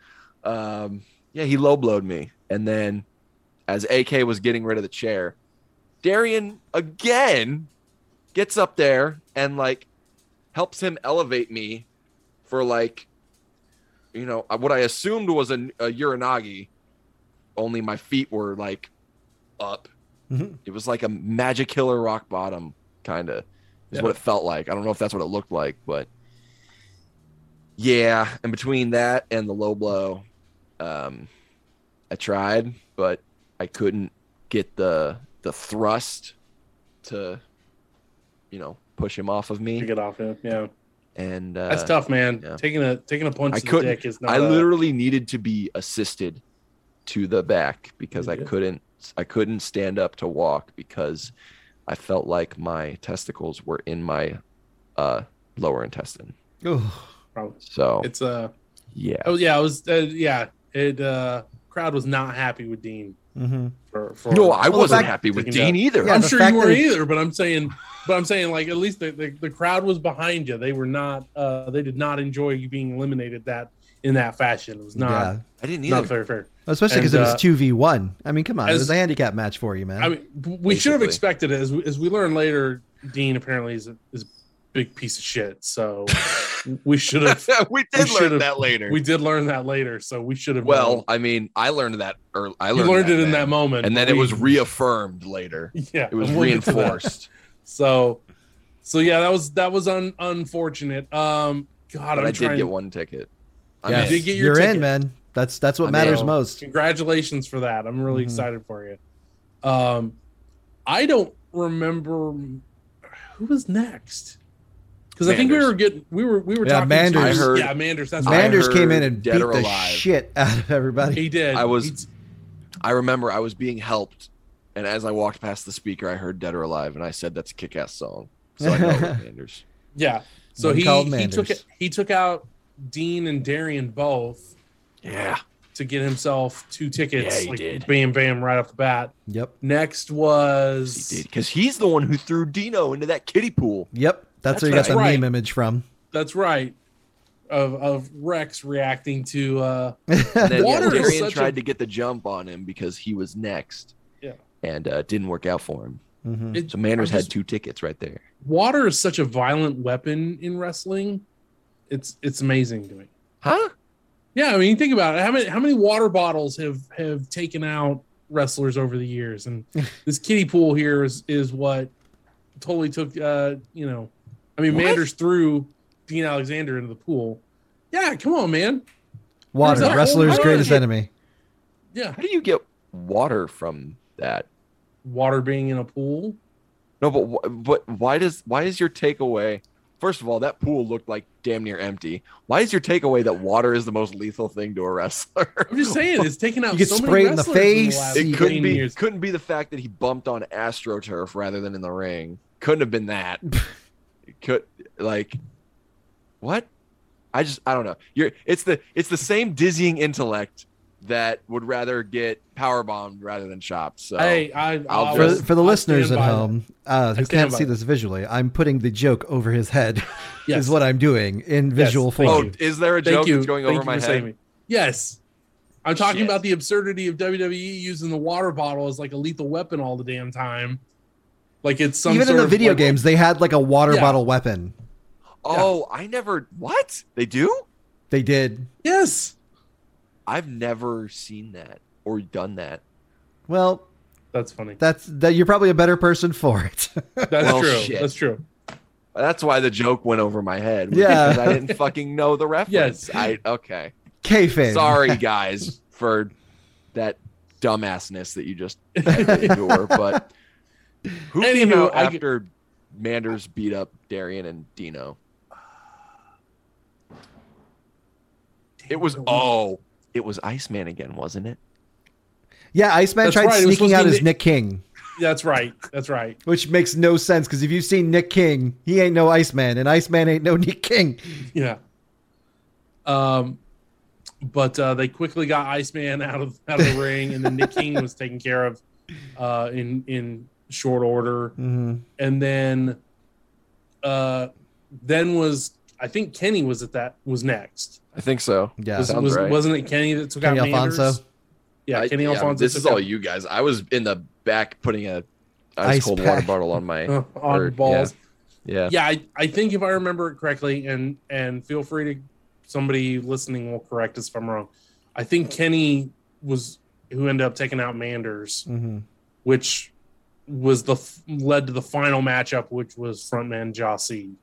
Um, yeah, he low blowed me, and then as AK was getting rid of the chair, Darian again gets up there and like helps him elevate me for like you know uh, what I assumed was a, a uranagi, only my feet were like up it was like a magic killer rock bottom kind of is Yeah. what it felt like i don't know if that's what it looked like but yeah and between that and the low blow um i tried but i couldn't get the the thrust to you know push him off of To me get off him. Yeah. and uh, That's tough, man. yeah. Taking a taking a punch I to the couldn't- dick is not I a- literally needed to be assisted to the back because I Yeah. couldn't I couldn't stand up to walk because I felt like my testicles were in my uh lower intestine. problem. So It's uh yeah. oh yeah, I was uh, yeah. It uh crowd was not happy with Dean Mm-hmm. for, for No, I Well, the wasn't fact- happy with Thinking Dean either. Yeah, I'm the sure fact you weren't that he- either, but I'm saying, but I'm saying, like at least the, the, the crowd was behind you. They were not, uh, they did not enjoy you being eliminated that in that fashion. It was not, Yeah. I didn't not either. fair, fair. Especially because And, it uh, was two v one. I mean, come on, it as- was a handicap match for you, man. I mean, we should have Basically. expected it as we, as we learn later. Dean apparently is a, is a big piece of shit, so we should have. we We did learn should've- that later. We did learn that later, so we should have. well, I mean, I learned that early. I known. learned, you learned that it in then. that moment, and then but it we- was reaffirmed later. yeah, It was and we'll get to that. reinforced. So, so yeah, that was that was un, unfortunate. Um, God, but I'm I trying. did get one ticket. I'm Yes. in. You did get your You're ticket. in, man. That's that's what I'm matters in. most. Congratulations for that. I'm really Mhm. excited for you. Um, I don't remember who was next because I think we Manders. were getting we were we were Yeah, talking. Manders. I heard- yeah, Manders. That's right. Manders came in heard and Dead beat or the Alive. shit out of everybody. He did. I was- He's- I remember I was being helped, and as I walked past the speaker, I heard "Dead or Alive," and I said, "That's a kick-ass song." So I know it was Anders. yeah. So One he called he took Manders. it. He took out Dean and Darian both Yeah, to get himself two tickets. Yeah, he did. Bam, bam, right off the bat. Yep, Next he was did because he's the one who threw Dino into that kiddie pool. yep. That's That's, where you got the right. meme image from. that's right. Of, of Rex reacting to uh And then Water is Darian such a- tried to get the jump on him because he was next. Yeah. and uh, it didn't work out for him. Mhm. it, So Manners I just- had two tickets right there. water is such a violent weapon in wrestling. It's it's amazing to me. Huh? Yeah, I mean, think about it. How many how many water bottles have have taken out wrestlers over the years, and this kiddie pool here is is what totally took. Uh, you know, I mean, What? Manders threw Dean Alexander into the pool. Yeah, come on, man. Water, There's a- wrestler's Water. greatest enemy. Yeah, How do you get water from that? water being in a pool. No, but wh- but why does why is your takeaway? First of all, that pool looked like damn near empty. Why is your takeaway that water is the most lethal thing to a wrestler? I'm just saying, it's taken out. You get so sprayed many in the wrestlers in face, The last it you couldn't 15 be years. couldn't be the fact that he bumped on astroturf rather than in the ring. Couldn't have been that. it could like what? I just I don't know. You're it's the it's the same dizzying intellect that would rather get power bombed rather than chopped. So Hey, I, I'll I'll- For, just- for the I'll listeners stand at by that. home uh, who stand can't by see that. this visually, I'm putting the joke over his head. Yes. Is what I'm doing in visual thank form. oh, you. is there a Thank joke you. that's going Thank over you my for head? saving me. Yes. I'm talking Shit. about the absurdity of WWE using the water bottle as like a lethal weapon all the damn time. Like it's some Even in sort the of, video like- games, they had like a water Yeah. bottle weapon. Oh, I never what? They do? They did. Yes. I've never seen that or done that. Well, That's funny. that's that. You're probably a better person for it. That's Well, true. shit. That's true. That's why the joke went over my head. was Yeah. because I didn't fucking know the reference. Yes. I okay. Kayfabe. Sorry guys for that dumbassness that you just had to endure. But who came Anywho, out I g- after Manders beat up Darian and Dino? It was oh, it was Iceman again, wasn't it? Yeah, Iceman That's tried right, it was sneaking out supposed as to be Nick King, That's right. That's right. which makes no sense because if you've seen Nick King, he ain't no Iceman, and Iceman ain't no Nick King. Yeah. Um but uh, they quickly got Iceman out of out of the ring and then Nick King was taken care of uh in in short order. Mhm. and then uh then was I think Kenny was at that was next. I think so. Yeah. was, sounds was, right. Wasn't it Kenny that took Kenny out Alfonso? Manders? Yeah, I- Kenny yeah, Alfonso. This is took all out- you guys. I was in the back putting a ice, Ice cold pack. water bottle on my uh, on Or- balls. yeah. Yeah, I, I think if I remember it correctly, and and feel free to somebody listening will correct us if I'm wrong. I think Kenny was who ended up taking out Manders, Mhm. which was the f- led to the final matchup, which was frontman Jossie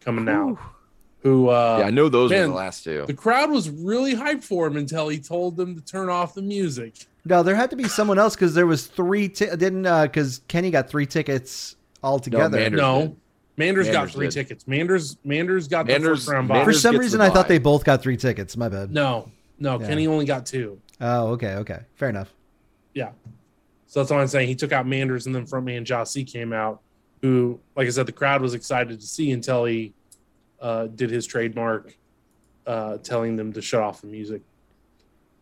coming out, who uh, yeah, I know those were man, the last two. The crowd was really hyped for him until he told them to turn off the music. No, there had to be someone else because there was three. Ti- didn't because Kenny got three tickets altogether. Manders- no, did. Manders, got Manders three did. tickets. Manders Manders got Manders- the first round For bye. Manders- some gets the reason, I thought bye. they both got three tickets. My bad. No, no, Yeah. Kenny only got two. Oh, okay, okay, fair enough. So that's all I'm saying. He took out Manders, and then frontman Jossie came out, who, like I said, the crowd was excited to see until he uh, did his trademark, uh, telling them to shut off the music.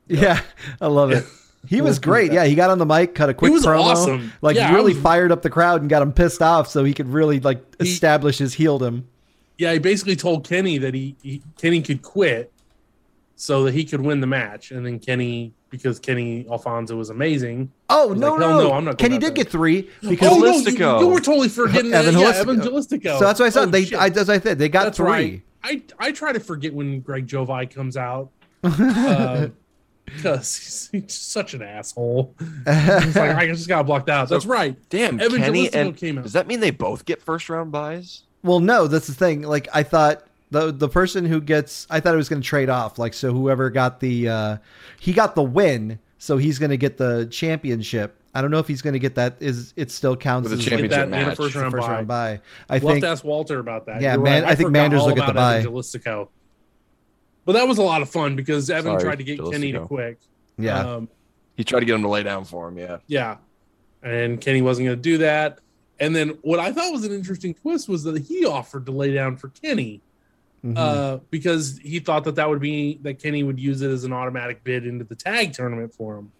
Yeah, I love it. He was Let's do great. that. Yeah, he got on the mic, cut a quick he was promo, awesome. like Yeah, I really was- fired up the crowd and got him pissed off, so he could really like He- establish his heeldom. Yeah, he basically told Kenny that he, he Kenny could quit so that he could win the match, and then Kenny because Kenny Alfonso was amazing. Oh was no, like, no, "Hell no! no, I'm not going Kenny out did there." get three because Oh no, Holistico. you, you were totally forgetting Evan that. Yeah, Holistico. Evan Holistico. so that's what I said. Oh, they, shit. I, as I said, they got that's three. right. I I try to forget when Greg Jovi comes out because he's, he's such an asshole. It's like I just got blocked out. That's right. Damn, Evan Kenny Jalistico and came out. does that mean they both get first round buys? well, no, that's the thing. Like I thought the the person who gets, I thought it was going to trade off. Like so, whoever got the, uh, he got the win, so he's going to get the championship. I don't know if he's going to get that. Is it still counts With a as Get championship that in a match. first the round first bye. round bye? I We'll have think to ask Walter about that. Yeah, You're man, I think forgot Manders all will get the about Evan bye. Jalistico. But that was a lot of fun because Evan Sorry, tried to get Kenny to Jalistico. quick. yeah. Um, He tried to get him to lay down for him. Yeah, yeah. And Kenny wasn't going to do that. And then what I thought was an interesting twist was that he offered to lay down for Kenny Mhm. uh, because he thought that that would be that Kenny would use it as an automatic bid into the tag tournament for him.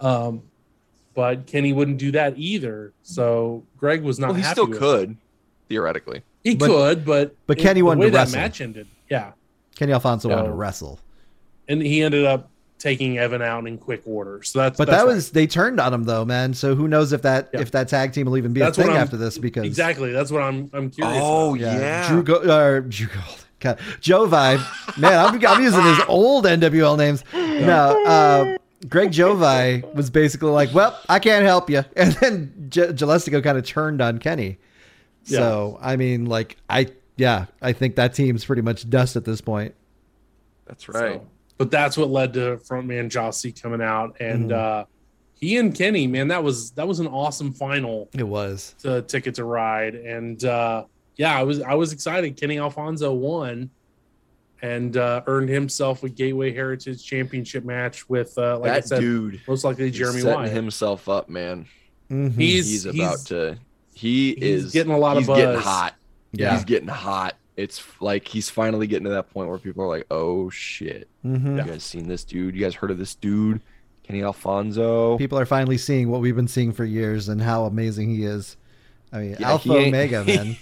Um, but Kenny wouldn't do that either. So Greg was not well, he happy still with it. could theoretically. He But- could, but but Kenny the wanted way to that wrestle. match ended. Yeah. Kenny Alfonso wanted to no. wrestle, and he ended up taking Evan out in quick order. So that's but that's that right. was they turned on him though, man. So who knows if that Yeah. if that tag team will even be That's a what thing I'm- after this because exactly that's what I'm I'm curious. Oh about. yeah, Drew Go- uh, Drew Gold. God. Joe Vibe. Man, I'm, I'm using his old NWL names. No, uh, Greg Jovi was basically like, "Well, I can't help you," and then J- Jalestico kind of turned on Kenny. So I mean, like I yeah, I think that team's pretty much dust at this point. That's right. So- but that's what led to frontman Jossie coming out, and Mhm. uh, he and Kenny, man, that was that was an awesome final It was to Ticket to Ride, and uh, yeah, I was I was excited. Kenny Alfonso won, and uh, earned himself a Gateway Heritage Championship match with, uh, like I that said, dude most likely is Jeremy setting Wyatt. himself up, man. Mhm. He's- He's, about to. He he's is getting a lot of he's getting buzz. hot. yeah. He's getting hot. It's f- like he's finally getting to that point where people are like, "Oh shit, Mhm. you guys seen this dude? You guys heard of this dude, Kenny Alfonso?" People are finally seeing what we've been seeing for years and how amazing he is. I mean, Yeah, Alpha he ain't- Omega, man.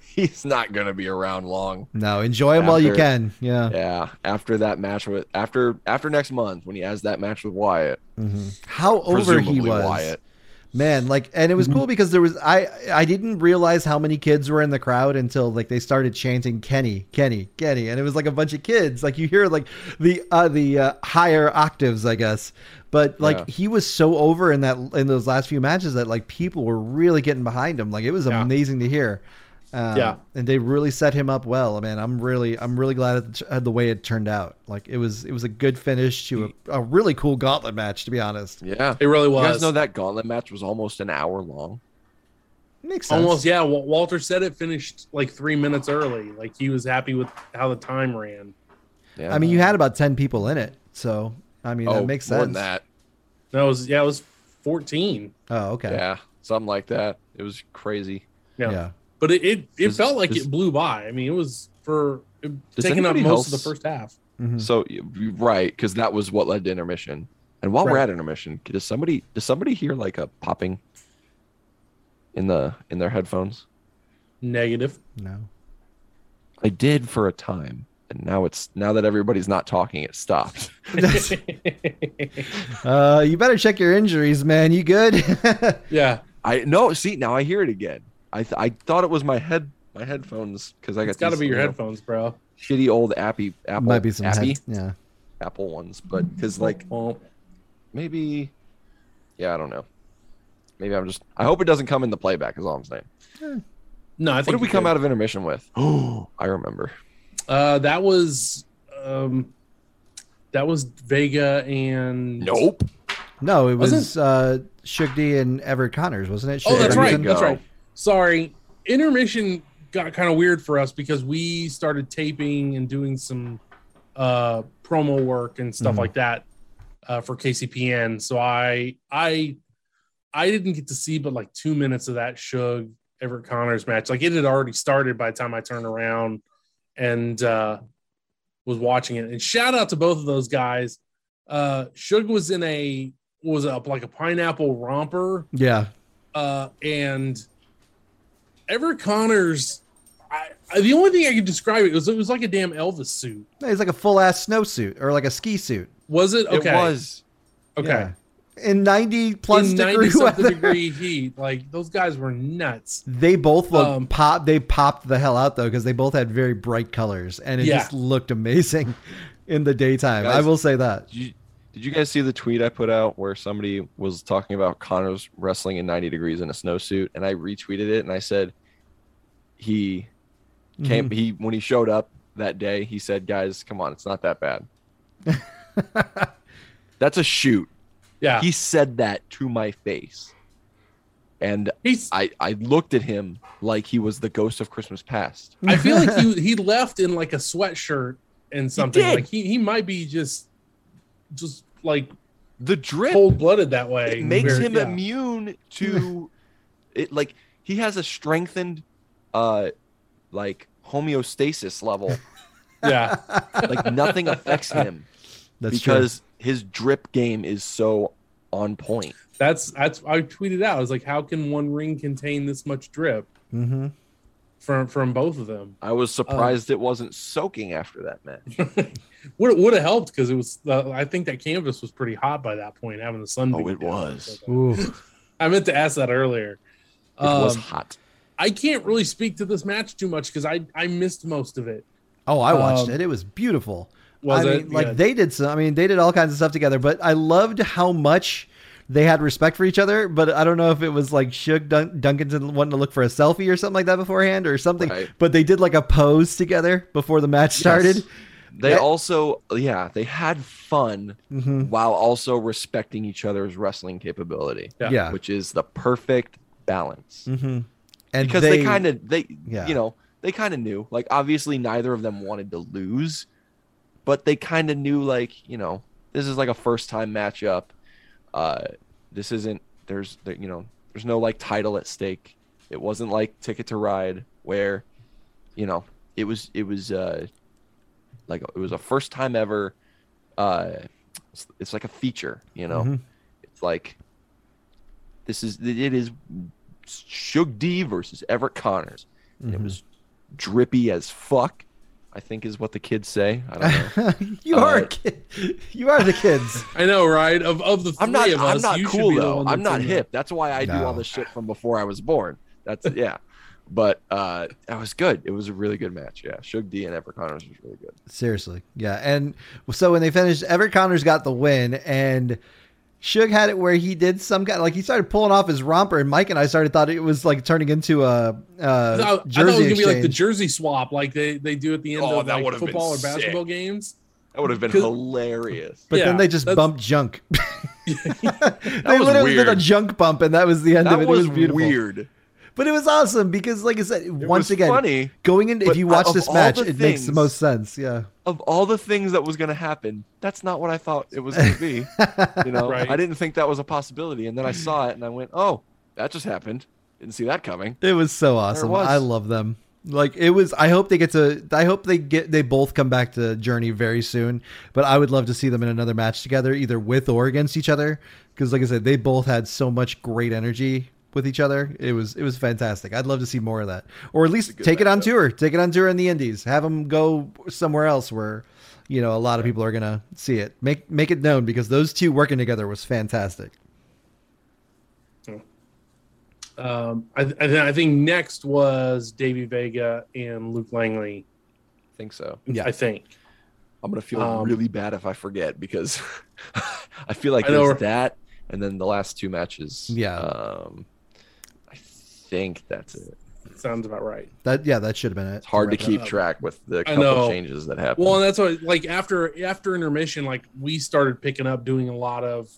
He's not gonna be around long. No, enjoy him while you After- can. Yeah. Yeah, after that match with after after next month when he has that match with Wyatt, Mhm. How over Mm-hmm. presumably he was. Wyatt. man like and it was Mm-hmm. cool because there was i i didn't realize how many kids were in the crowd until like they started chanting kenny kenny kenny and it was like a bunch of kids like you hear like the uh the uh, higher octaves i guess but like Yeah. he was so over in that in those last few matches that like people were really getting behind him like it was Yeah. amazing to hear um, Yeah. and they really set him up well man i'm really i'm really glad at the, at the way it turned out like it was it was a good finish to a, a really cool gauntlet match to be honest Yeah, it really was. you guys know that gauntlet match was almost an hour long. makes sense Almost, yeah. Wa- Walter said it finished like three minutes early. Like he was happy with how the time ran. Yeah, Oh, I mean, Uh, you had about ten people in it, so I mean that makes sense. More than that, Oh, That was, yeah, it was 14. Oh, okay. yeah, something like that. It was crazy. Yeah. Yeah. But it, it, it Does- felt like does- it blew by. I mean, it was for it, Does taking up anybody most of the else- first half. Mhm. So you- you- right, because that was what led to intermission. And while we're Right. at intermission, does somebody does somebody hear like a popping in the in their headphones? Negative. No. I did for a time, and now it's now that everybody's not talking, it stopped. Uh, you better check your injuries, man. You good? yeah. I no, see now I hear it again. I th- I thought it was my head my headphones because I got It's got to these, be your you know, headphones, bro. shitty old appy apple Might be some appy, head- Yeah. apple ones, but because like Well, maybe yeah I don't know. Maybe I'm just. I hope it doesn't come in the playback. Is all I'm saying. no, I think What did we you come did. out of intermission with? Oh, I remember. Uh, that was, um, that was Vega and Nope. No, it was, Wasn't- uh, Shug D and Everett Connors, wasn't it? Oh, Shug that's There we right. Dickinson? That's go. right. Sorry. Intermission got kind of weird for us because we started taping and doing some uh, promo work and stuff Mhm. like that uh, for KCPN. So I I I didn't get to see but like two minutes of that Shug Everett Connors match. Like it had already started by the time I turned around and uh, was watching it. And shout out to both of those guys. Uh, Shug was in a what was up like a pineapple romper Yeah. uh, and Everett Connors. I, I, the only thing I could describe it was it was like a damn Elvis suit. No, he's like a full ass snowsuit or like a ski suit. Was it okay? It was. okay. Yeah. In ninety plus In ninety degree something weather. degree heat, like those guys were nuts. They both looked Um, pop. They popped the hell out though because they both had very bright colors and it Yeah. just looked amazing in the daytime. I Guys, will say that. Did you, did you guys see the tweet I put out where somebody was talking about Connors wrestling in 90 degrees in a snowsuit, and I retweeted it and I said he came he when he showed up that day he said guys come on it's not that bad. That's a shoot. Yeah, He said that to my face, and he's. I I looked at him like he was the ghost of Christmas past. I feel like he he left in like a sweatshirt and something. did. like he he might be just just like The drip cold blooded that way. it makes Very- him yeah. immune to it like he has a strengthened uh like homeostasis level Yeah, like nothing affects him That's true. because his drip game is so on point that's that's. I tweeted out. I was like, "How can one ring contain this much drip Mm-hmm. from from both of them?" i was surprised it wasn't soaking after that match would would have helped because it was. Uh, I think that canvas was pretty hot by that point, having the sun. Oh, beat it down. was. Ooh. I meant to ask that earlier. it was Um, hot I can't really speak to this match too much because I I missed most of it. Oh, I watched Um, it. It was beautiful. Was I it mean, like Good. they did some. I mean, they did all kinds of stuff together. But I loved how much they had respect for each other. But I don't know if it was like Shug Dun- Duncanson wanting to look for a selfie or something like that beforehand or something. Right. But they did like a pose together before the match started. Yes. They That- also, yeah, they had fun hmm while also respecting each other's wrestling capability, Yeah. Yeah. which is the perfect balance. hmm And because they, kind of they Yeah. you know they kind of knew like obviously neither of them wanted to lose but they kind of knew like you know this is like a first time matchup uh this isn't there's there, you know there's no like title at stake it wasn't like ticket to ride where you know it was it was uh like it was a first time ever uh it's, it's like a feature you know Mhm. it's like this is it is Shug D versus Everett Connors. And it Mhm. was drippy as fuck, I think is what the kids say. I don't know. you Uh, are a kid. You are the kids. I know, right? Of of the 3 I'm not of I'm us, not you should cool be the though. one I'm that's not in the- hip. That's why I do all No. this shit from before I was born. That's yeah. But uh that was good. It was a really good match. Yeah. Shug D and Everett Connors was really good. Seriously. Yeah. And so when they finished, Everett Connors got the win and Suge had it where he did some kind like he started pulling off his romper and Mike and I started thought it was like turning into a uh I thought, I jersey thought it was gonna be like the exchange. jersey swap, like they, they do at the end Oh, of that like, would've been football or sick. basketball games. That would have been 'Cause- hilarious. but yeah, then they just that's- bumped junk. they was literally did a weird. junk bump and that was the end That of it. was, it was beautiful. weird. It But it was awesome because like I said, once was again funny. going into if but you watch of this all match, it the makes the things- most sense. Yeah. of all the things that was going to happen, that's not what I thought it was going to be. You know, Right. I didn't think that was a possibility, and then I saw it and I went, "Oh, that just happened." Didn't see that coming. It was so awesome. was. I love them. Like it was. I hope they get to. I hope they get. They both come back to Journey very soon. But I would love to see them in another match together, either with or against each other. Because, like I said, they both had so much great energy with each other. It was it was fantastic. I'd love to see more of that, or at least good take it on matchup. tour. Take it on tour in the Indies. Have them go somewhere else where, you know, a lot of people are gonna see it. Make make it known because those two working together was fantastic. Um, I, I, I think next was Davey Vega and Luke Langley. I think so. Yeah. I think. I'm gonna feel Um, really bad if I forget because I feel like I know there's we're- that, and then the last two matches. Yeah. Um, I think that's it. Sounds about right. That yeah, that should have been it. It's hard to wrap it up. keep up. track with the couple know. changes that happened. Well, and that's why, like after after intermission, like we started picking up doing a lot of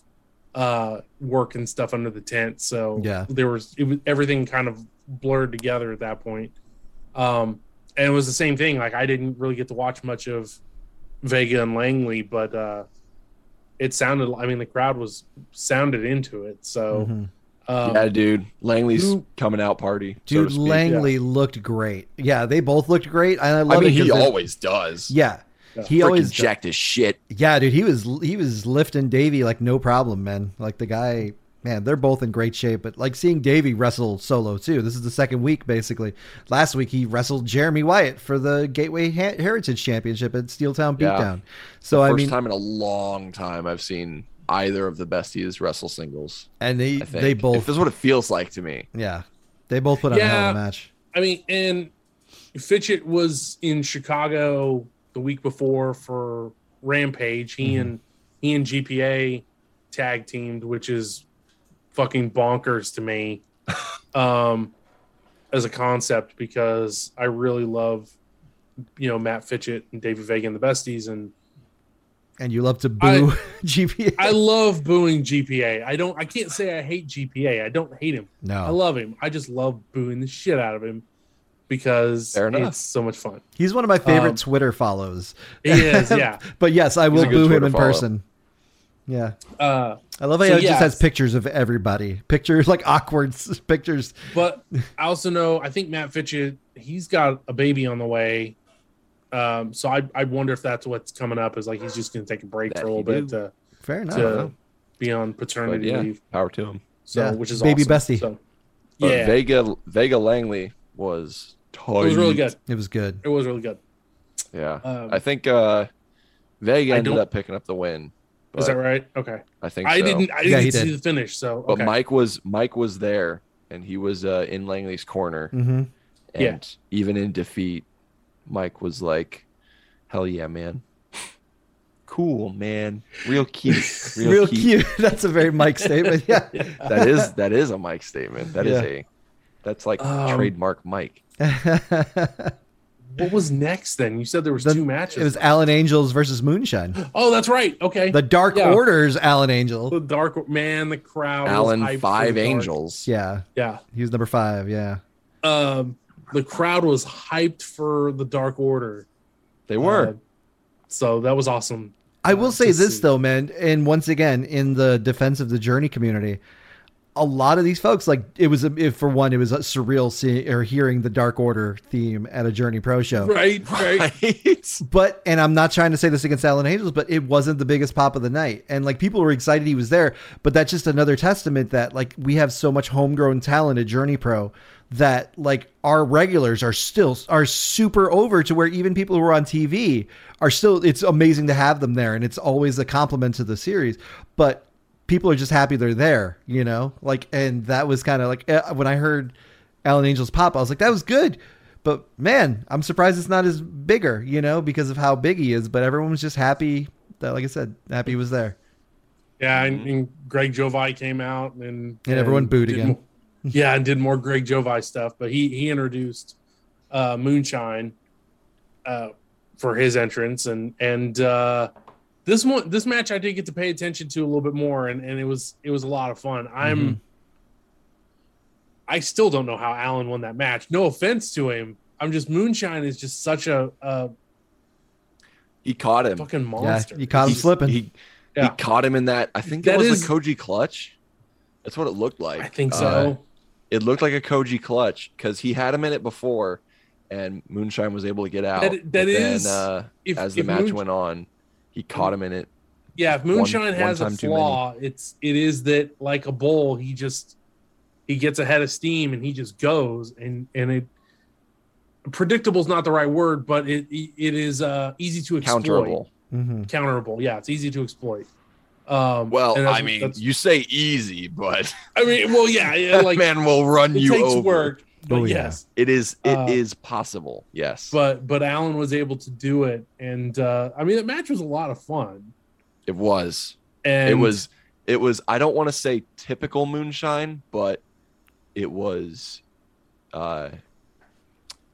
uh work and stuff under the tent. So Yeah. there was, it was everything kind of blurred together at that point. Um, and it was the same thing. Like I didn't really get to watch much of Vega and Langley, but uh it sounded. I mean, the crowd was sounded into it. So Mhm. um, yeah, dude, Langley's who- coming out party. so to Dude, speak. Langley looked great. Yeah, they both looked great. And I love I mean, it 'cause he they're- always does. Yeah. Yeah. He Freaking always jacked his shit. Yeah, dude, he was he was lifting Davey like no problem, man. Like the guy, man, they're both in great shape, but like seeing Davey wrestle solo too. This is the second week basically. Last week he wrestled Jeremy Wyatt for the Gateway ha- Heritage Championship at Steeltown Yeah. Beatdown. So I First mean, time in a long time I've seen either of the besties wrestle singles. and they I think they If both this is what it feels like to me. yeah. They both put on a hell of a Yeah. match. I mean, and Fitchett was in Chicago the week before for Rampage. He Mm-hmm. Mhm. and he and GPA tag teamed, which is fucking bonkers to me um, as a concept because I really love you know Matt Fitchett and David Vega and the Besties, and And you love to I- boo GPA. I love booing GPA. I don't. I can't say I hate GPA. I don't hate him. I Oh. no. love him. I just love booing the shit out of him because Fair enough. it's so much fun. He's one of my favorite Um, Twitter follows. He is, yeah. But yes, I will a good boo him Twitter in follow. person. Yeah, Uh, I love how So, he yeah. just has pictures of everybody. Pictures like awkward s- pictures. but I also know I think Matt Fitchett he's got a baby on the way, um, so I I wonder if that's what's coming up is like he's just going to take a break That for a little he bit do. to, Fair enough. to be on paternity But yeah. leave, Power to him. so Yeah, which is baby awesome. bestie. So, But yeah, it Vega Vega Langley was tight. was really good. It was good. It was really good. Yeah. Um, I think uh Vega I ended don't- up picking up the win. is that but right? Okay, I think I so. didn't I Yeah, didn't he see did. the finish, so But okay. Mike was Mike was there and he was uh in Langley's corner hmm and Yeah. even in defeat Mike was like hell yeah man. cool, man. Real cute. Real, cute. That's a very Mike statement. Yeah. That is that is a Mike statement. That is Yeah. a that's like Um, trademark Mike. What was next then? You said there was The- two it matches. was Alan Angels versus Moonshine. oh, that's right. Okay. The The, Dark Yeah. Order's Alan Angel. dark man, the crowd. was hyped Alan for Five the dark- Angels. Yeah. Yeah. He was number five. Yeah. Um, the crowd was hyped for the Dark Order. They were. Uh, so that was awesome. I Uh, will say just this see. though, man, and once again, in the defense of the journey community, a lot of these folks, like it was, if for one, it was surreal seeing or hearing the Dark Order theme at a Journey Pro show. Right, right. Right. But and I'm not trying to say this against Alan Angels, but it wasn't the biggest pop of the night, and like people were excited he was there. But that's just another testament that like we have so much homegrown talent at Journey Pro that like our regulars are still are super over to where even people who are on TV are still. It's amazing to have them there, and it's always a compliment to the series. But people are just happy they're there, you know. Like, and that was kind of like eh, when I heard Alan Angel's pop, I was like, that was good. But man, I'm surprised it's not as bigger, you know, because of how big he is. But everyone was just happy that, like I said, happy he was there. Yeah, Mm-hmm. and, and Greg Jovi came out and And everyone booed did again. more- yeah, and did more Greg Jovi stuff, but he he introduced uh, Moonshine uh, for his entrance, and and uh, this one this match I did get to pay attention to a little bit more, and and it was it was a lot of fun. I'm Mm-hmm. I still don't know how Allen won that match. No offense to him, I'm just Moonshine is just such a, a He caught him. fucking monster. Yeah, you caught him he, slipping. He, he Yeah. caught him in that. I think That that was is- a Koji clutch. That's what it looked like. I think Uh, so. it looked like a Koji clutch because he had him in it before, and Moonshine was able to get out. That- But that then, is- uh, if, as the if match Moonsh- went on, he caught him in it. Yeah, if One- moonshine one has a time too flaw, it's it is that like a bull, he just he gets ahead of steam and he just goes and and it predictable is not the right word, but it it is uh easy to exploit. Counterable. Mhm. Counterable, yeah, it's easy to exploit. Um, Well, and that's- I mean, that's- you say easy, but I mean, well, yeah, yeah that like man will run it you takes over. work, but Oh, yeah. yes, It is. It is Uh, possible. Yes, but but Allen was able to do it, and uh I mean, the match was a lot of fun, it was. and it was. It was. I don't want to say typical Moonshine, but it was. Uh,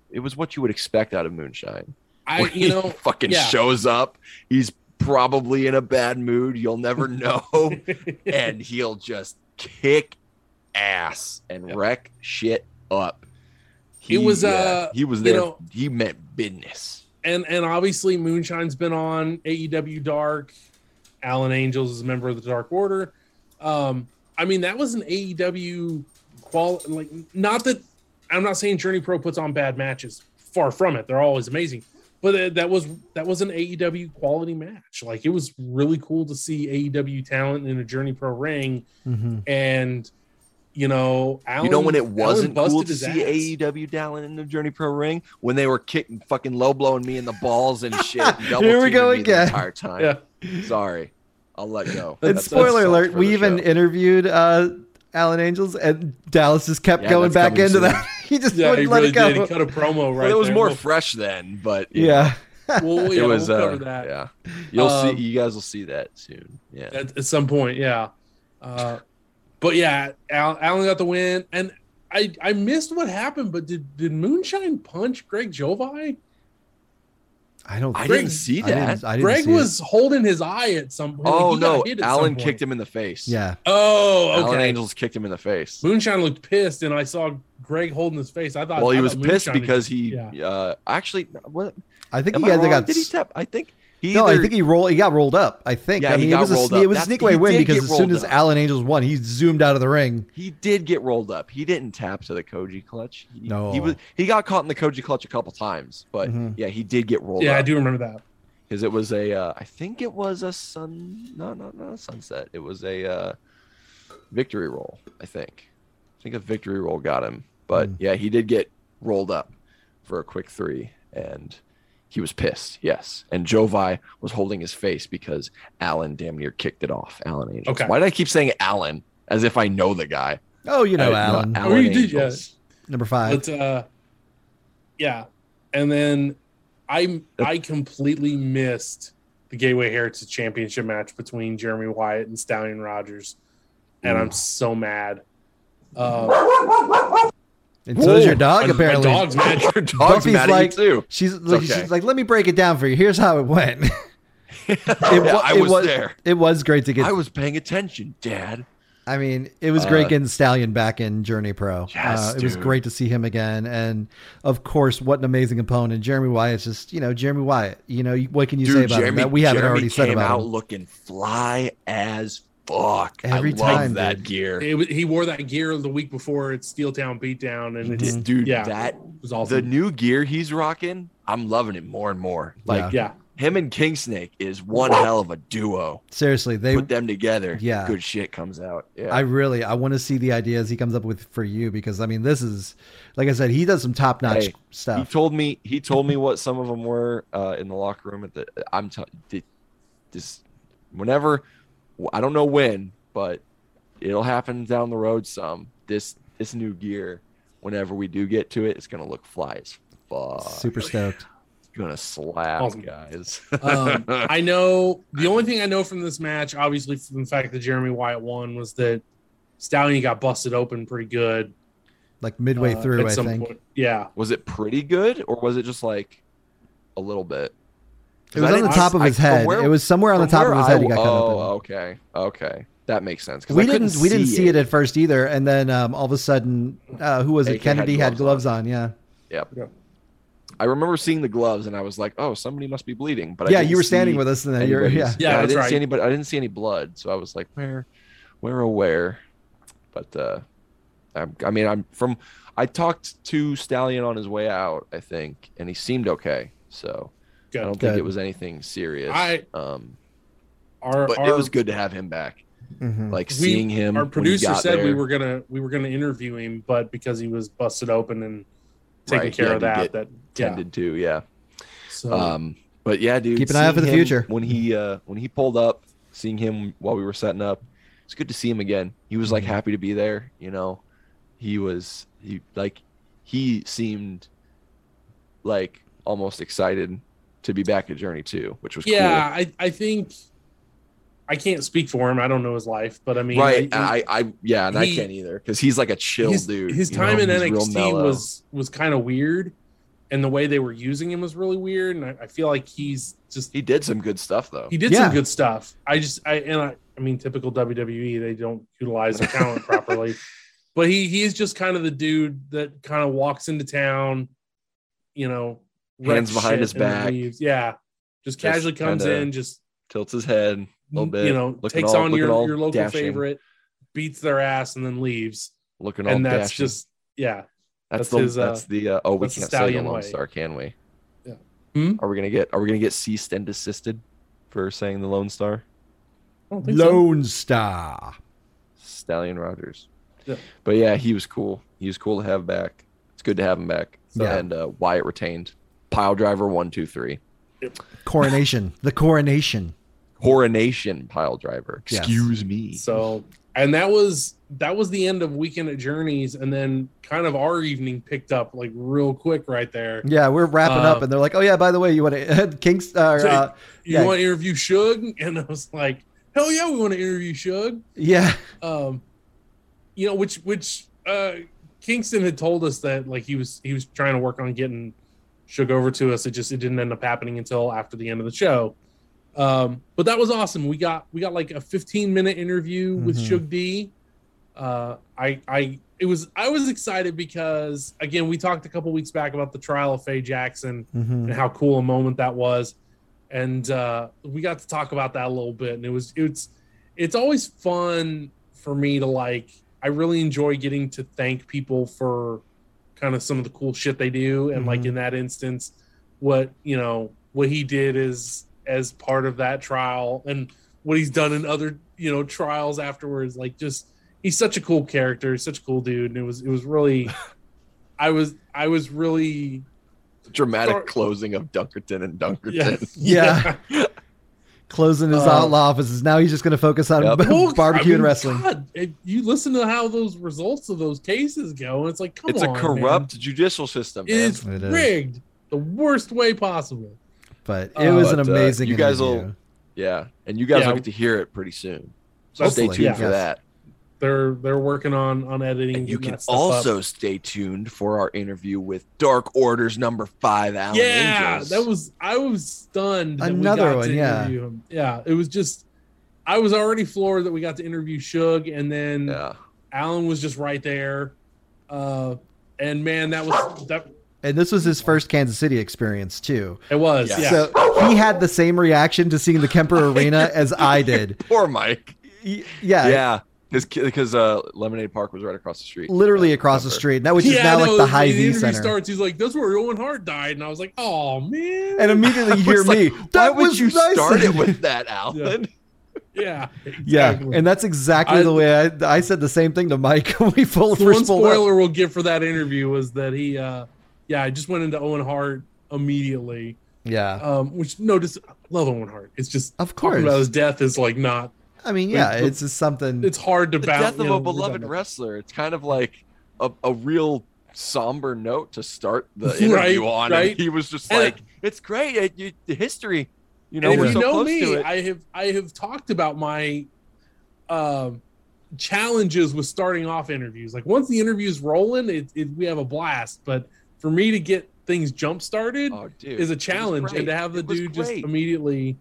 it was what you would expect out of Moonshine. I when you he know. fucking yeah. shows up. He's probably in a bad mood. You'll never know, and he'll just kick ass and wreck shit up. He It was, yeah, uh, he was you there. know- he meant business. and and obviously Moonshine's been on AEW Dark. Alan Angels is a member of the Dark Order. Um, I mean, that was an AEW qual like not that I'm not saying Journey Pro puts on bad matches. Far from it. They're always amazing. But that- that was that was an AEW quality match. Like it was really cool to see AEW talent in a Journey Pro ring. Mhm. And you know, Alan, you know when it Alan wasn't cool busted to his see E ass. AEW down in the Journey Pro ring when they were kicking, fucking low blowing me in the balls and shit. and double Here we go teaming me The again. entire time. Yeah. Sorry, I'll let go. And That's- spoiler that's alert, for we the even show. interviewed uh, Alan Angels, and Dallas just kept Yeah, going that's back coming into soon. that. he just Yeah, he wouldn't let really it go. did. He cut a promo right. Well, it was there. more We'll- fresh then, but you know. yeah. well, yeah, it was we'll uh, cover that yeah you'll Um, see you guys will see that soon yeah at, at some point. Yeah, uh, but yeah, Al, Allen got the win, and I I missed what happened. But did did Moonshine punch Greg Jovi? I don't. i think- Greg- didn't see I that didn't, I didn't Greg see it. was holding his eye at some point. oh He got no hit at some alan point. kicked him in the face Yeah. Oh, alan okay. angels kicked him in the face Moonshine looked pissed, and I saw Greg holding his face. I thought well he I was thought pissed Moonshine- because he yeah. uh actually what I think am he I had wrong? got. did he tap i think he no, I either- think he rolled. He got rolled up. I think. Yeah, I he mean, it got was a, rolled sne- it up. was a That's- sneak he away win did because get as soon rolled as up. Alan Angels won, he zoomed out of the ring. he did get rolled up he didn't tap to the koji clutch he, No. he was he got caught in the koji clutch a couple times but Mhm. yeah he did get rolled yeah, I up do remember that. because it was a uh, I think it was a sun no no not a sunset it was a uh, victory roll I think I think a victory roll got him but Hmm. yeah he did get rolled up for a quick three and he was pissed yes and Jovi was holding his face because Allen damn near kicked it off Allen Angels Okay. why did I keep saying Allen as if I know the guy Oh, you know, I- Alan, not Oh, Allen you did, yeah. Angels. number five. But uh, yeah, and then I I completely missed the Gateway Heritage Championship match between Jeremy Wyatt and Stallion Rogers, and I'm so mad. Uh, And so is your Whoa, dog my- apparently. My dog's mad. Your dog's Buffy's mad at like- you too. She's like, okay. she's like, let me break it down for you. Here's how it went. it, Oh, Yeah, wa- I it was was there. It was great to get. I I, was paying attention, Dad. mean, it was great Uh, getting Stallion back in Journey Pro. Yes, uh, it was dude. great to see him again, and of course, what an amazing opponent. Jeremy Wyatt's just you know Jeremy Wyatt. You know what can you say about him that we haven't Jeremy already said came about out him? looking fly as fuck. Every I time, love that dude. gear. It, was- he wore that gear the week before at Steel Town Beatdown, and Mm-hmm. it's, D- Dude, Yeah. that it was the awesome. new gear he's rocking, I'm loving it more and more. Like yeah, him and King Snake is one hell of a duo. Seriously, they. Put them together, Yeah. good shit comes out. Yeah, I really I want to see the ideas he comes up with for you because I mean this is like I said he does some top notch Hey, he stuff. told me he told me what some of them were uh, in the locker room at the i'm t- di- this whenever i don't know when but it'll happen down the road some this this new gear whenever we do get to it it's gonna look fly as fuck Super stoked. it's gonna slap Awesome. guys Um, I know the only thing I know from this match, obviously from the fact that Jeremy Wyatt won, was that Stallion got busted open pretty good Like midway uh, through, I think. point. Yeah, was it pretty good or was it just like a little bit It 'Cause was I on the didn't- top of I- his from head. where- it was somewhere on the from top where of his I- head. He got cut oh open. okay okay that makes sense 'cause We I couldn't didn't. We didn't see it. it at first either, and then um, all of a sudden, uh, who was it? AK had Kennedy had gloves gloves on. Yeah. I remember seeing the gloves and I was like, "Oh, somebody must be bleeding." But I yeah, didn't you were standing see with us, and then you're. Yeah. anybody's- Yeah, I that's didn't right. see anybody. I didn't see any blood, so I was like, "Where, where, oh, where?" But uh, I, I mean, I'm from. I talked to Stallion on his way out, I think, and he seemed okay. So I don't good. think Good. it was anything serious. I- um, Our, but our, it was good to have him back. Mhm. Like We- seeing him. our when he producer got said we there- were gonna we were gonna interview him, but because he was busted open and taking Right, he care had of to that, get that yeah. tended to. Yeah. So Um, but yeah, dude, Keep an eye out seeing for the him future. When he uh, when he pulled up, seeing him while we were setting up, it's good to see him again. He was like Mhm. happy to be there. You know, he was he like he seemed like almost excited to be back at Journey Two, which was yeah, I I think I can't speak for him. I don't know his life, but I mean, cool. right? I- I, I yeah, and I he- can't either because he's like a chill his, dude. his you know? time in He's real NXT mellow. was was kind of weird, and the way they were using him was really weird. And I, I feel like he's just he did some good stuff though. he did Yeah. some good stuff. I just I and I, I mean, typical WWE, they don't utilize their talent properly. But he he is just kind of the dude that kind of walks into town, you know, Hands wrecks behind shit his and then back. leaves. Yeah, just Just casually comes kinda- in, just Tilts his head. little bit, you know, looking takes all- on looking your, all your local dashing. favorite, beats their ass, and then leaves. looking all And that's dashing. just yeah. That's That's, the his, uh, that's the uh, oh we that's the can't say the Stallion Lone way. Star, can we? Yeah. Hmm? Are we gonna get are we gonna get ceased and desisted for saying the Lone Star? I don't think so. Lone Star. Stallion Rogers. Yeah. But yeah, he was cool. He was cool to have back. It's good to have him back. So- Yeah. And uh, Wyatt retained. Pile driver one, two, three. Coronation. the coronation. Coronation pile driver. Yes. Excuse me. So, and that was that was the end of weekend at Journeys, and then kind of our evening picked up like real quick right there. Yeah, we're wrapping Uh, up, and they're like, "Oh yeah, by the way, you want to Kings?" Uh, So- uh, You Yeah. want to interview Shug? And I was like, hell yeah, we want to interview Shug. yeah, Um, you know, which which uh, Kingston had told us that like he was he was trying to work on getting Shug over to us. It just it didn't end up happening until after the end of the show. Um, but that was awesome. We got we got like a 15 minute interview with Mhm. Shug D. Uh, I I it was I was excited because again we talked a couple weeks back about the trial of Faye Jackson Mhm. and how cool a moment that was. And uh, we got to talk about that a little bit, and it was it's it's always fun for me to like. I really enjoy getting to thank people for kind of some of the cool shit they do, and like Mhm. in that instance, what you know what he did is as part of that trial, and what he's done in other you know trials afterwards. Like just he's such a cool character, such a cool dude, and it was it was really. I was I was really Dramatic Sorry. closing of Dunkerton and Dunkerton. Yeah. closing his Um, outlaw offices. Now he's just going to focus on Yep. Well, barbecue I mean, and wrestling. God, if you listen to how those results of those cases go, and it's like, come It's on, a corrupt judicial system. man. It's It is. rigged the worst way possible. But it was Uh, an but, uh, amazing. you guys will interview. Yeah, and you guys Yeah. will get to hear it pretty soon. So Hopefully, stay tuned yeah. for yes. that. They're they're working on on editing. And you getting can that stuff also up. stay tuned for our interview with Dark Orders number five, Alan yeah, Angels. that was I was stunned. That Another we got one, to yeah. interview him. yeah. It was just I was already floored that we got to interview Suge, and then yeah. Alan was just right there. Uh, and man, that was that And this was his first Kansas City experience too. it was Yeah. yeah. So he had the same reaction to seeing the Kemper Arena as I did. Poor Mike. Y- Yeah, Yeah. because uh, Lemonade Park was right across the street. Literally Yeah, across the remember. street. That which is now like no, the high V interview center. starts. He's like, "That's where Owen Hart died," and I was like, "Oh man!" and immediately you I hear was like, me. Why that would was you nice start it of you." with that, Alan? yeah, Yeah, exactly. and that's exactly I- the way I, I said the same thing to Mike. we pulled the for one spoiler. spoiler we'll give for that interview was that he, uh, yeah, I just went into Owen Hart immediately, Yeah, um, which notice love Owen Hart. It's just of talking about his course. death is like not. I mean, yeah, the- it's just something. It's hard to The balance. death of a beloved wrestler. It's kind of like a, a real somber note to start the Right, interview on. and right. he was just And- like, "It's great. It, you, the history. You know, and we're if you so know close to me, it." I have I have talked about my um, challenges with starting off interviews. Like once the interview's rolling, it, it we have a blast. But for me to get things jump started oh, dude, is it a was challenge, and to great. have the It was dude just great. immediately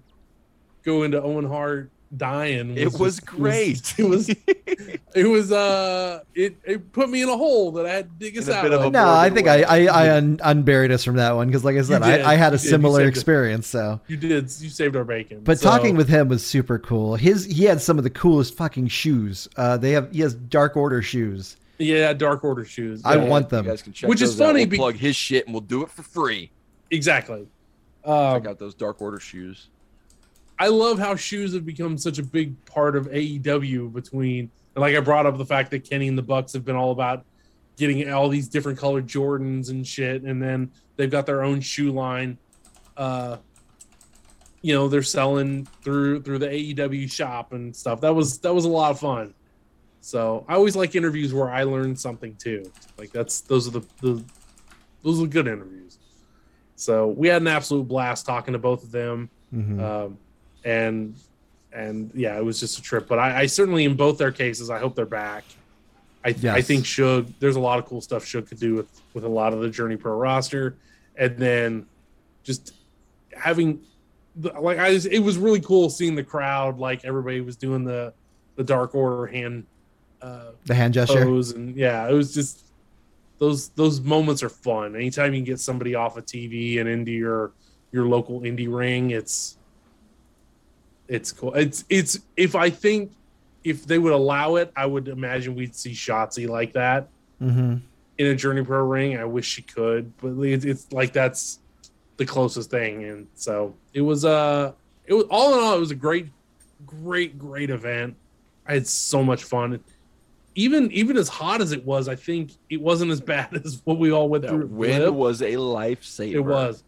go into Owen Hart dying, It was just- great. It was it was, it was, uh it it put me in a hole that I had to dig us In a out bit of a of. no, I Morgan think I way. I, I un, unburied us from that one because, like I said, did. I, I had a You did. You similar saved it. experience. So, you did you saved our bacon. but So- talking with him was super cool. His he had some of the coolest fucking shoes. Uh, they have he has Dark Order shoes. yeah, Dark Order shoes. I Yeah. want them. You guys can check Which is those out. funny We'll be- plug his shit, and we'll do it for free. exactly. Um, Check out those Dark Order shoes. I love how shoes have become such a big part of AEW between and like I brought up the fact that Kenny and the Bucks have been all about getting all these different colored Jordans and shit and then they've got their own shoe line uh you know they're selling through through the AEW shop and stuff. That was that was a lot of fun. So, I always like interviews where I learn something too. Like that's those are the, the those are good interviews. So, we had an absolute blast talking to both of them Mhm. um, and and yeah, it was just a trip. But I, I certainly, in both their cases, I hope they're back. I I Yes. think Shug. There's a lot of cool stuff Shug could do with with a lot of the Journey Pro roster, and then just having the, like I was, it was really cool seeing the crowd like everybody was doing the the Dark Order hand uh, the hand gesture. pose and yeah, it was just those those moments are fun. Anytime you can get somebody off of TV and into your your local indie ring, it's it's cool. It's it's if I think if they would allow it, I would imagine we'd see Shotzi like that hmm in a Journey Pro ring. I wish she could, but it's, it's like that's the closest thing. And so it was uh it was all in all it was a great, great, great event. I had so much fun. Even even as hot as it was, I think it wasn't as bad as what we all went That through. wind Yep, was a lifesaver. it was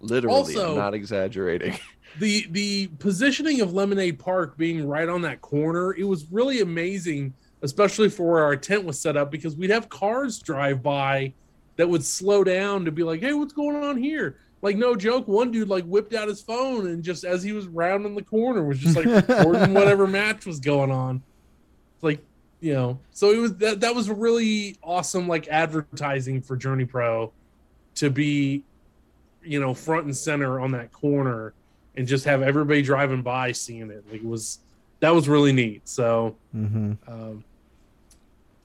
literally. Also- I'm not exaggerating. the the positioning of Lemonade Park being right on that corner. It was really amazing, especially for where our tent was set up, because we'd have cars drive by that would slow down to be like, "Hey, what's going on here?" Like no joke, one dude like whipped out his phone and just as he was rounding the corner was just like recording whatever match was going on. Like you know, so it was that that was a really awesome like advertising for Journey Pro to be you know front and center on that corner and just have everybody driving by seeing it. Like it was that was really neat. So hmm um,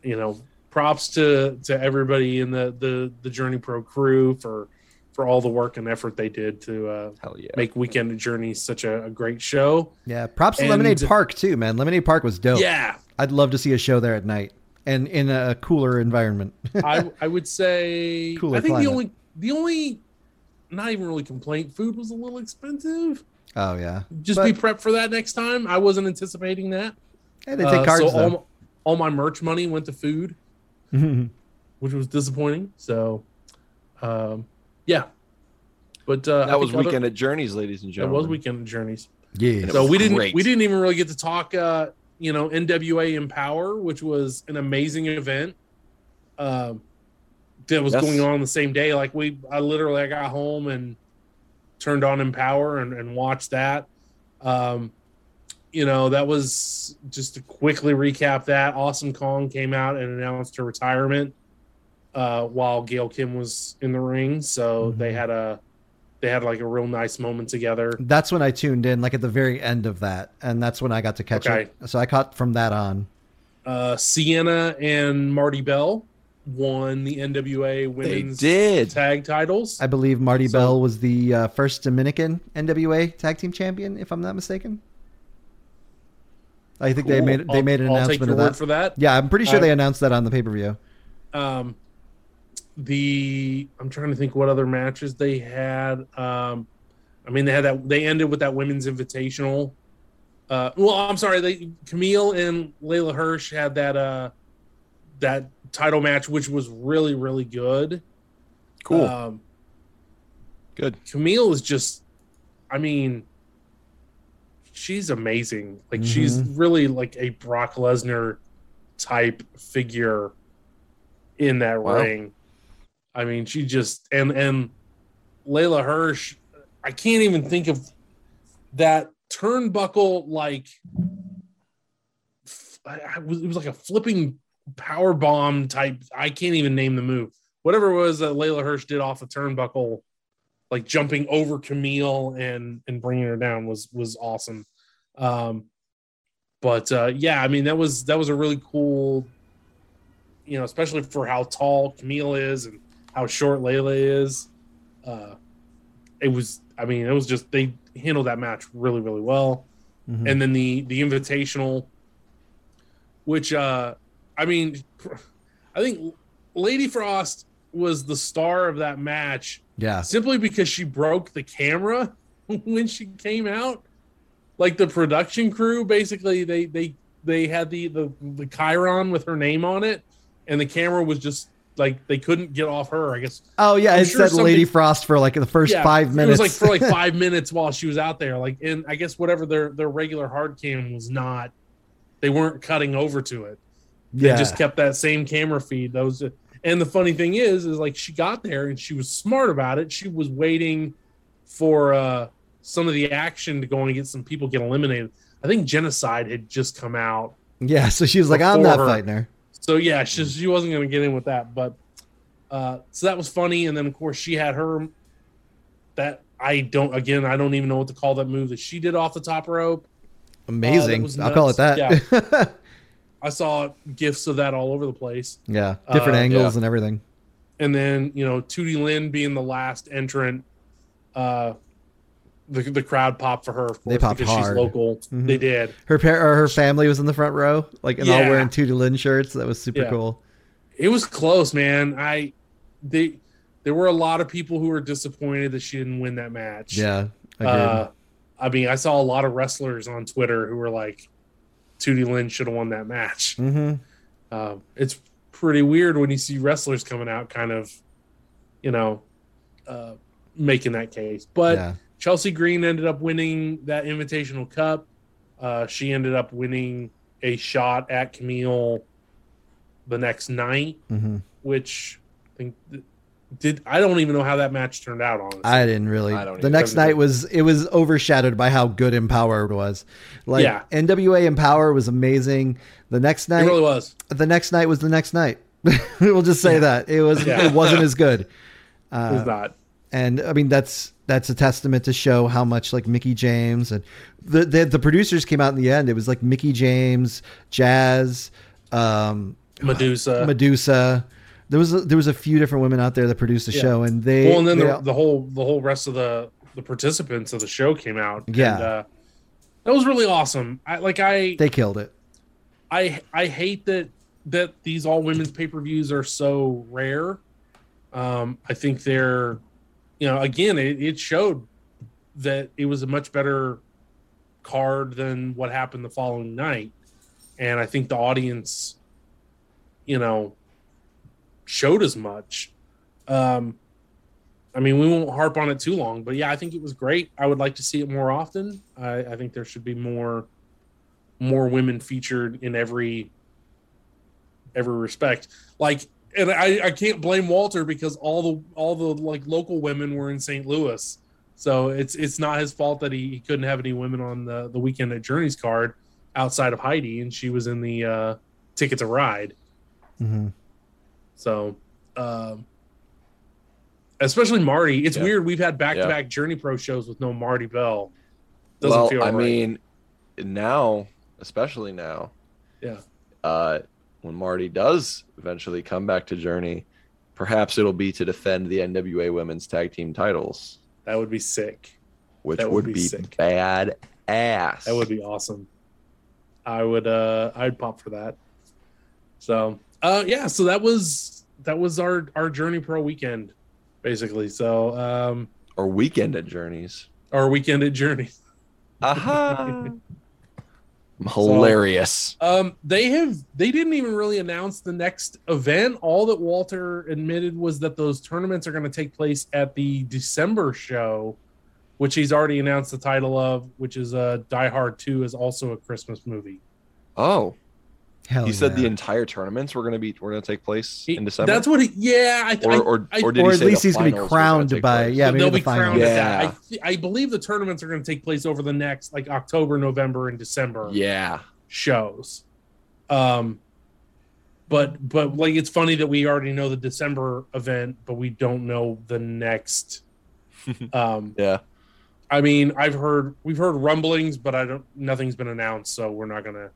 you know, props to to everybody in the the the Journey Pro crew for for all the work and effort they did to uh, Hell yeah. make Weekend at Journey such a, a great show. Yeah, props to And- Lemonade Park too, man. Lemonade Park was dope. Yeah, I'd love to see a show there at night and in a cooler environment. I I would say Cooler I think climate. the only the only not even really complaint. Food was a little expensive. oh yeah, Just be prepped for that next time. I wasn't anticipating that. Hey, they take Uh, cards so all, my- all my merch money went to food. though. which was disappointing. So, um, yeah, but uh, I that was think other- weekend at Journeys, ladies and That gentlemen. was weekend journeys. yeah. It So was we didn't great. we didn't even really get to talk. Uh, you know, NWA Empower, which was an amazing event. Um, that was Yes. going on the same day. Like we, I literally I got home and turned on Empower and, and watched that. Um, you know, that was just to quickly recap that. Awesome Kong came out and announced her retirement uh, while Gail Kim was in the ring. So Mm-hmm. Mhm. they had a they had like a real nice moment together. That's when I tuned in, like at the very end of that, and that's when I got to catch Okay. it. So I caught from that on. Uh, Sienna and Marty Bell won the NWA They women's did. tag titles. I believe Marty So- Bell was the uh, first Dominican NWA Tag Team Champion, if I'm not mistaken. I think they Cool. made they I'll- made an I'll take announcement your of word that. for that. Yeah, I'm pretty sure I- they announced that on the pay per view. um the i'm trying to think what other matches they had um i mean they had that they ended with that women's invitational uh well i'm sorry they camille and layla hirsch had that uh that title match which was really really good Cool. um Good. camille is just i mean she's amazing like she's Mm-hmm. really like a brock lesnar type figure in that Wow. ring. I mean, she just and and Layla Hirsch, I can't even think of that turnbuckle like f- I, I was, it was like a flipping power bomb type. I can't even name the move. Whatever it was that Layla Hirsch did off the turnbuckle, like jumping over Camille and and bringing her down was was awesome. Um, but uh, yeah, I mean that was that was a really cool you know, especially for how tall Camille is and how short Layla is. Uh, it was, I mean, it was just they handled that match really, really well. Mhm. And then the the invitational, which uh, I mean, I think Lady Frost was the star of that match Yeah, simply because she broke the camera when she came out. Like the production crew, basically they they they had the the the Chiron with her name on it, and the camera was just like they couldn't get off her. I guess Oh yeah, I'm it sure said Lady something- Frost for like the first Yeah, five minutes. It was like for like five minutes while she was out there. Like, and I guess whatever their their regular hard cam was not, they weren't cutting over to it. They yeah, just kept that same camera feed. That was, and the funny thing is, is like she got there and she was smart about it. She was waiting for uh, some of the action to go and get some people get eliminated. I think genocide had just come out, yeah. So she was like, "I'm not before her. Oh, fighting her." so yeah, she she wasn't going to get in with that. But uh, so that was funny. And then of course she had her that I don't again I don't even know what to call that move that she did off the top rope. Amazing. was I'll call it nuts. that. I Yeah, saw gifs of that all over the place. different Uh, angles and everything. and then you know Tootie Lynn being the last entrant, uh, the the crowd popped for her. Of They course, popped because hard. she's local. Mhm. They did, Her par- or her family was in the front row, like and all Yeah. wearing Tootie Lynn shirts. That was super Yeah. cool. it was close, man. I they there were a lot of people who were disappointed that she didn't win that match. Yeah, agreed. uh, I mean, I saw a lot of wrestlers on Twitter who were like, Tootie Lynn should have won that match. hmm Um, it's pretty weird when you see wrestlers coming out, kind of, you know, uh, making that case, but. yeah, Chelsea Green ended up winning that Invitational Cup. Uh, she ended up winning a shot at Camille the next night, hmm which I think th- did. I don't even know how that match turned out. Honestly, I didn't really. I don't the either. next Doesn't- night was it was overshadowed by how good Empower was. Like Yeah. NWA Empower was amazing. The next it night, really was. the next night was the next night. we'll just say that it was Yeah. it wasn't as good. It was Uh, not. and I mean that's that's a testament to show how much like Mickey James and the the, the producers came out in the end. It was like Mickey James, Jazz, um, Medusa. Medusa. There was a, there was a few different women out there that produced the Yeah. show, and they well, and then they the, all- the whole the whole rest of the the participants of the show came out. Yeah. and, uh, that was really awesome. I like I they killed it. I I hate that that these all women's pay per views are so rare. Um, I think they're, you know, again, it, it showed that it was a much better card than what happened the following night, and I think the audience, you know, showed as much. Um, I mean, we won't harp on it too long, but yeah, I think it was great. I would like to see it more often. I, I think there should be more more women featured in every every respect. Like, and I, I can't blame Walter because all the all the like local women were in St. Louis, So it's it's not his fault that he, he couldn't have any women on the the weekend at Journey's card outside of Heidi, and she was in the uh, Ticket to Ride. Mm-hmm. So, um, especially Marty, it's Yeah. weird. We've had back to back Journey Pro shows with no Marty Bell. Doesn't well, feel I right. mean, now, especially now, Yeah. Uh, when Marty does eventually come back to Journey, perhaps it'll be to defend the NWA Women's Tag Team titles, that would be sick. which That would, would be be, sick. bad ass. That would be awesome. I would uh I'd pop for that. So uh yeah, so that was that was our our Journey Pro weekend, basically. So um or weekend at Journeys. our weekend at Journey. Aha! Hilarious. Um they have they didn't even really announce the next event. All that Walter admitted was that those tournaments are gonna take place at the December show, which he's already announced the title of, which is uh Die Hard 2 is also a Christmas movie. Oh, Hell he said yeah. the entire tournaments were going to be were going to take place He- in December. That's what he yeah, I, I or or, I- or, did or he at say least the he's gonna be finals were crowned take by- place? yeah, maybe they'll the be finals. crowned at that. Yeah. I, th- I believe the tournaments are going to take place over the next like October, November, and December yeah. shows. Um, but but like it's funny that we already know the December event, but we don't know the next. um, Yeah. I mean, I've heard we've heard rumblings, but I don't. Nothing's been announced, so we're not going to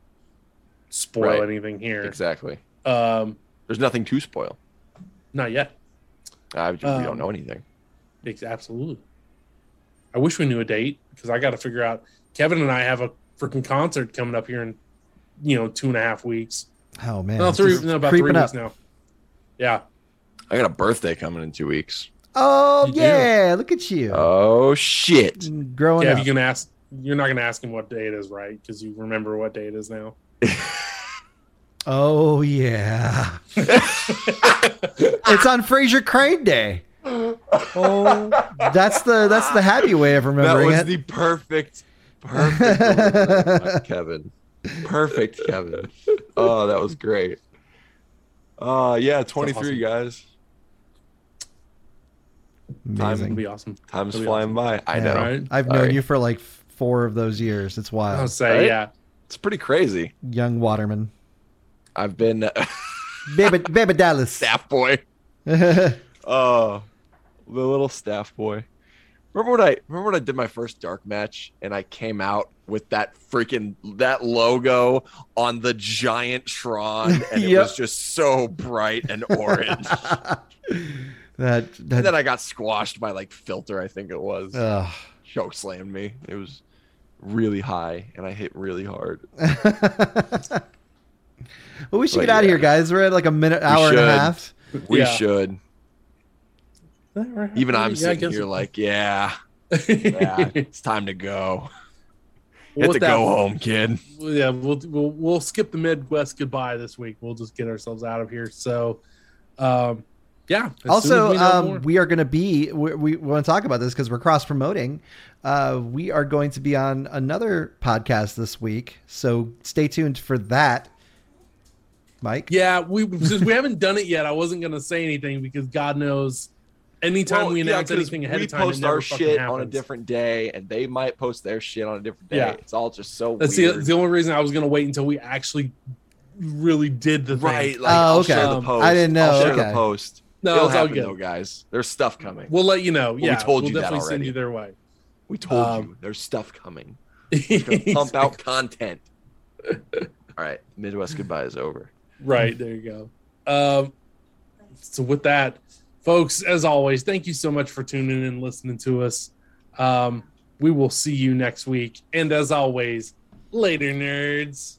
spoil Right. anything here. Exactly. Um, There's nothing to spoil. not yet. I, we Um, don't know anything. Ex- Absolutely. I wish we knew a date because I got to figure out. Kevin and I have a freaking concert coming up here in, you know, two and a half weeks. Oh man, no, it's three, just no, about three creeping weeks up. now. Yeah. I got a birthday coming in two weeks. Oh You do. yeah, look at you Oh shit! growing yeah. up. If you can ask, you're not going to ask him what day it is, right? Because you remember what day it is now. oh yeah, it's on Fraser Crane Day. Oh, that's the that's the happy way of that remembering was it. the perfect, perfect delivery, Kevin. Perfect, Kevin. Oh, that was great. Uh yeah, 23 guys. It'll Amazing. be awesome. Time's That'd be flying by. I Yeah. know. Right? I've known Sorry. you for like f- four of those years. It's I'll wild, say, Right? yeah. It's pretty crazy. young Waterman, I've been baby, baby Dallas. staff boy. Oh, the little staff boy. Remember when I remember when I did my first dark match and I came out with that freaking that logo on the giant Tron and it Yep. was just so bright and orange. that that. and then I got squashed by like filter, I think it was. ugh. Choke slammed me. It was really high and I hit really hard. well, we should But get out of yeah. here, guys. We're at like a minute, hour and a should. half. We Yeah. should. Even I'm sitting here like, yeah, yeah, it's time to go. Get With to that- go home, kid. Well, yeah, we'll, we'll we'll skip the Midwest goodbye this week. We'll just get ourselves out of here. So, um, yeah. as soon as also, we we, know more- um, we are going to be, we, we want to talk about this because we're cross promoting. Uh, we are going to be on another podcast this week. So stay tuned for that, Mike. yeah, we since we haven't done it yet, I wasn't gonna say anything because God knows, anytime Well, we yeah, announce 'cause anything ahead we of time, post it never our fucking shit happens. on a different day, and they might post their shit on a different day. Yeah. It's all just so That's the, weird. the only reason I was gonna wait until we actually really did the thing. right? Like, Oh, I'll okay. share the Um, post. I didn't know, I'll share okay. the post. No, It'll it's all happen good. though, guys. There's stuff coming. We'll let you know. we Yeah, told we'll you that definitely send already. you their way. We told um, you. There's stuff coming. We're gonna pump out content. all right, Midwest goodbye is over. Right. There you go. Um, so, with that, folks, as always, thank you so much for tuning in and listening to us. Um, we will see you next week. And as always, later, nerds.